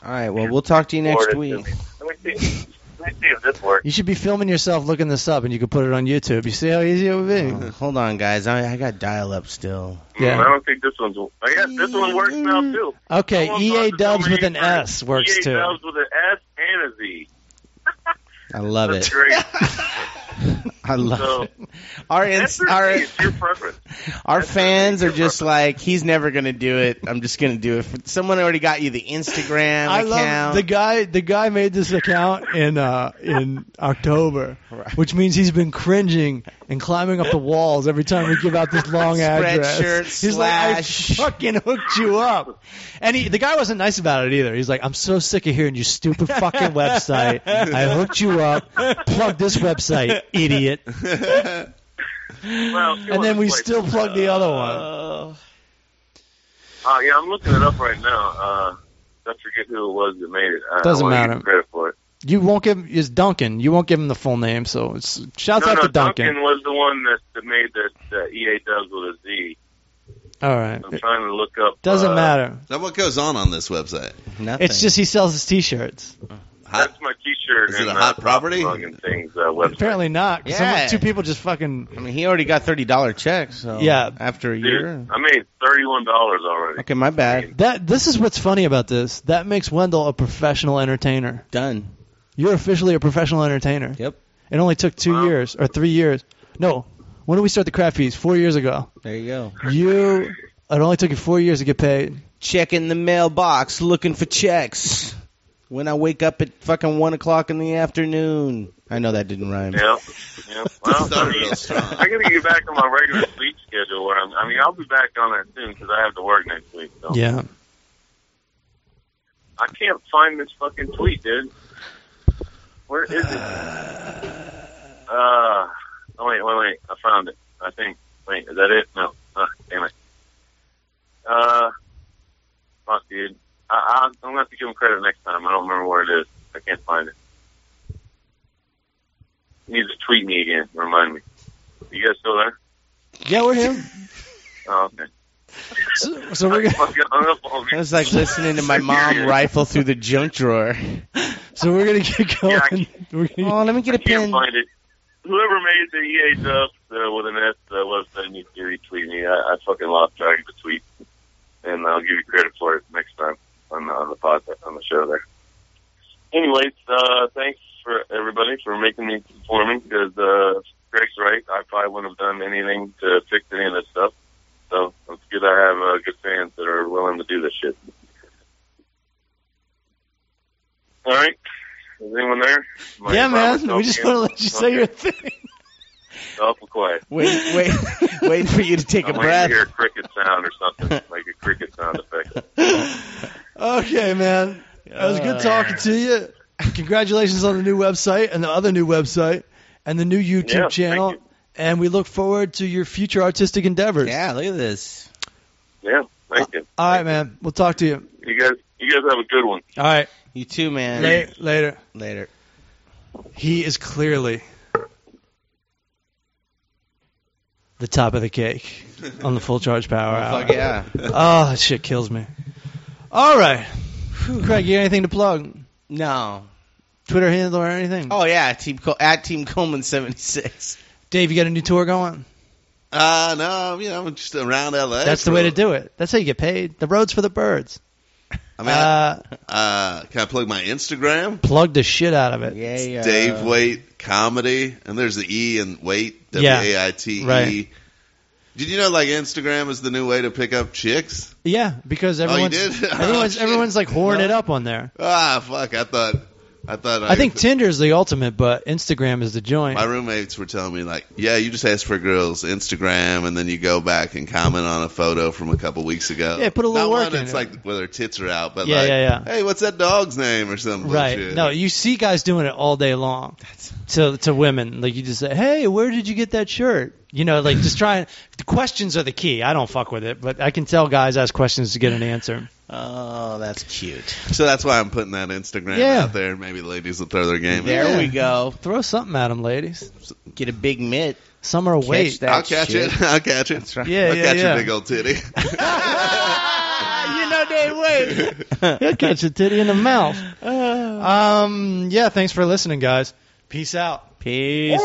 All right. Well, we'll talk to you next
Forward it to
week.
me. Let me see. Let me see if this works. York.
You should be filming yourself looking this up, and you can put it on YouTube. You see how easy it would be.
Uh, hold on, guys. I, I got dial up still.
Yeah. Mm.
Mm, I don't think this one's. I guess this one works now too.
Okay,
Someone
EA
thought that
Dubs
somebody
with an
for
S works
EA
too.
E Dubs with an S and a Z.
I love
That's
it.
great.
I love
So
it. Our
that's
ins-
your,
our
it's your preference.
our
that's
fans are
your
just like he's never gonna do it. I'm just gonna do it. Someone already got you the Instagram
I love
account.
the guy. The guy made this account in uh, in October,
Right.
which means he's been cringing and climbing up the walls every time we give out this long address.
Spreadshirt
he's
slash-
like, I fucking hooked you up, and he, the guy wasn't nice about it either. He's like, I'm so sick of hearing your stupid fucking website. I hooked you up. Plug this website, idiot.
Well,
And then we still plug the other one.
Oh.
Uh, yeah, I'm looking it up right now. Uh, I forget who it was that made it. Uh, I,
Doesn't
I wanna give
matter.
Credit for it.
You won't give it's Duncan. You won't give him the full name, so it's shouts
no,
out
no,
to Duncan.
was the one that, that made that uh, EA Dubs with a Z.
All right.
I'm trying to look up.
Doesn't
uh,
matter.
Now, what goes on on this website?
Nothing.
It's just he sells his t-shirts.
Hot,
That's my T-shirt.
Is it a
and,
hot
uh,
property?
Mug and things uh, website.
Apparently not. 'cause someone-
Yeah.
two people just fucking.
I mean, he already got thirty dollar checks. So
Yeah.
after a
Dude,
year.
I made thirty-one dollars already.
Okay, my bad.
That this is what's funny about this. That makes Wendell a professional entertainer.
Done.
You're officially a professional entertainer.
Yep.
It only took two
Wow.
years or three years. No, when did we start the crap fees? Four years ago.
There you go.
You. It only took you four years to get paid.
Checking the mailbox, looking for checks. When I wake up at fucking one o'clock in the afternoon. I know that didn't rhyme.
Yeah, yeah. Well, I,
Started
mean,
real strong.
I gotta get back on my regular sleep schedule. Where I'm, I mean, I'll be back on that soon because I have to work next week. So
Yeah.
I can't find this fucking tweet, dude. Where is it? Uh, oh wait, wait, wait. I found it. I think. Wait, is that it? No. Uh, damn it. Uh, fuck, dude. I, I, I'm gonna have to give him credit next time. I don't remember where it is. I can't find it. You need to tweet me again. Remind me. You guys still there?
Yeah, we're here.
Oh, okay.
So, so we're
I
gonna,
fucking hung up on
It
me.
was like listening to my mom rifle through the junk drawer.
so we're gonna get going.
Yeah, I can't-
We're gonna-
Oh, let me get a
can't
pen.
find it. Whoever made the EA dubs uh, with an S uh, website needs to retweet me. I, I fucking lost track of the tweet, and I'll give you credit for it next time on the, on the podcast on the show there. Anyways, uh, thanks for everybody for making me performing because uh, Greg's right. I probably wouldn't have done anything to fix any of this stuff. So it's good I have uh, good fans that are willing to do this shit. All right. Is anyone there? My
yeah, man.
promise
We just
don't
want to let you say
Okay.
your thing.
Awful quiet.
Wait, wait, wait for you to take a
I'm waiting
breath.
to hear a cricket sound or something, like a cricket sound effect.
Okay, man. It was good talking to you. Congratulations on the new website and the other new website and the new YouTube
Yeah, thank
channel.
you.
And we look forward to your future artistic endeavors.
Yeah, look at this.
Yeah, thank you.
All right, man. We'll talk to you.
You guys, you guys have a good one.
All right.
You too, man.
La- later.
Later.
He is clearly the top of the cake on the full charge power hour.
Fuck yeah.
Oh, that shit kills me. All right. Craig, you got anything to plug?
No.
Twitter handle or anything?
Oh yeah, team Col- at Team Coleman seventy six.
Dave, you got a new tour going?
Uh, no, you know, I'm just around LA.
That's the way to do it. That's how you get paid. The road's for the birds.
I mean,
Uh,
uh, can I plug my Instagram?
plug the shit out of it.
Yeah, yeah.
Dave Wait Comedy, and there's the E in Wait W
Yeah,
A I T E.
right.
Did you know like Instagram is the new way to pick up chicks?
Yeah, because everyone's
did? Oh,
everyone's
shit.
everyone's like whoring it up on there.
Ah, fuck! I thought, I thought.
I think Tinder's the ultimate, but Instagram is the joint.
my roommates were telling me like, yeah, you just ask for girls Instagram, and then you go back and comment on a photo from a couple weeks ago.
Yeah, put a little
Not
work
one
in
It's
it.
like whether tits are out, but
Yeah,
like,
yeah, yeah.
hey, what's that dog's name or something?
right? No, you see guys doing it all day long to to women. Like you just say, "Hey, where did you get that shirt?" You know, like just trying. The questions are the key. I don't fuck with it, but I can tell guys ask questions to get an answer.
Oh, that's cute.
So that's why I'm putting that Instagram
Yeah.
out there. Maybe ladies will throw their game. in.
There we go.
Throw something at them, ladies.
Get a big mitt.
Some are
Catch
wait.
that
I'll catch
shit.
it. I'll catch it.
That's right.
Yeah,
I'll
yeah,
catch
yeah.
a big old titty.
you know, Dave Wait.
He'll catch a titty in the mouth. Um, yeah, thanks for listening, guys.
Peace out.
Peace.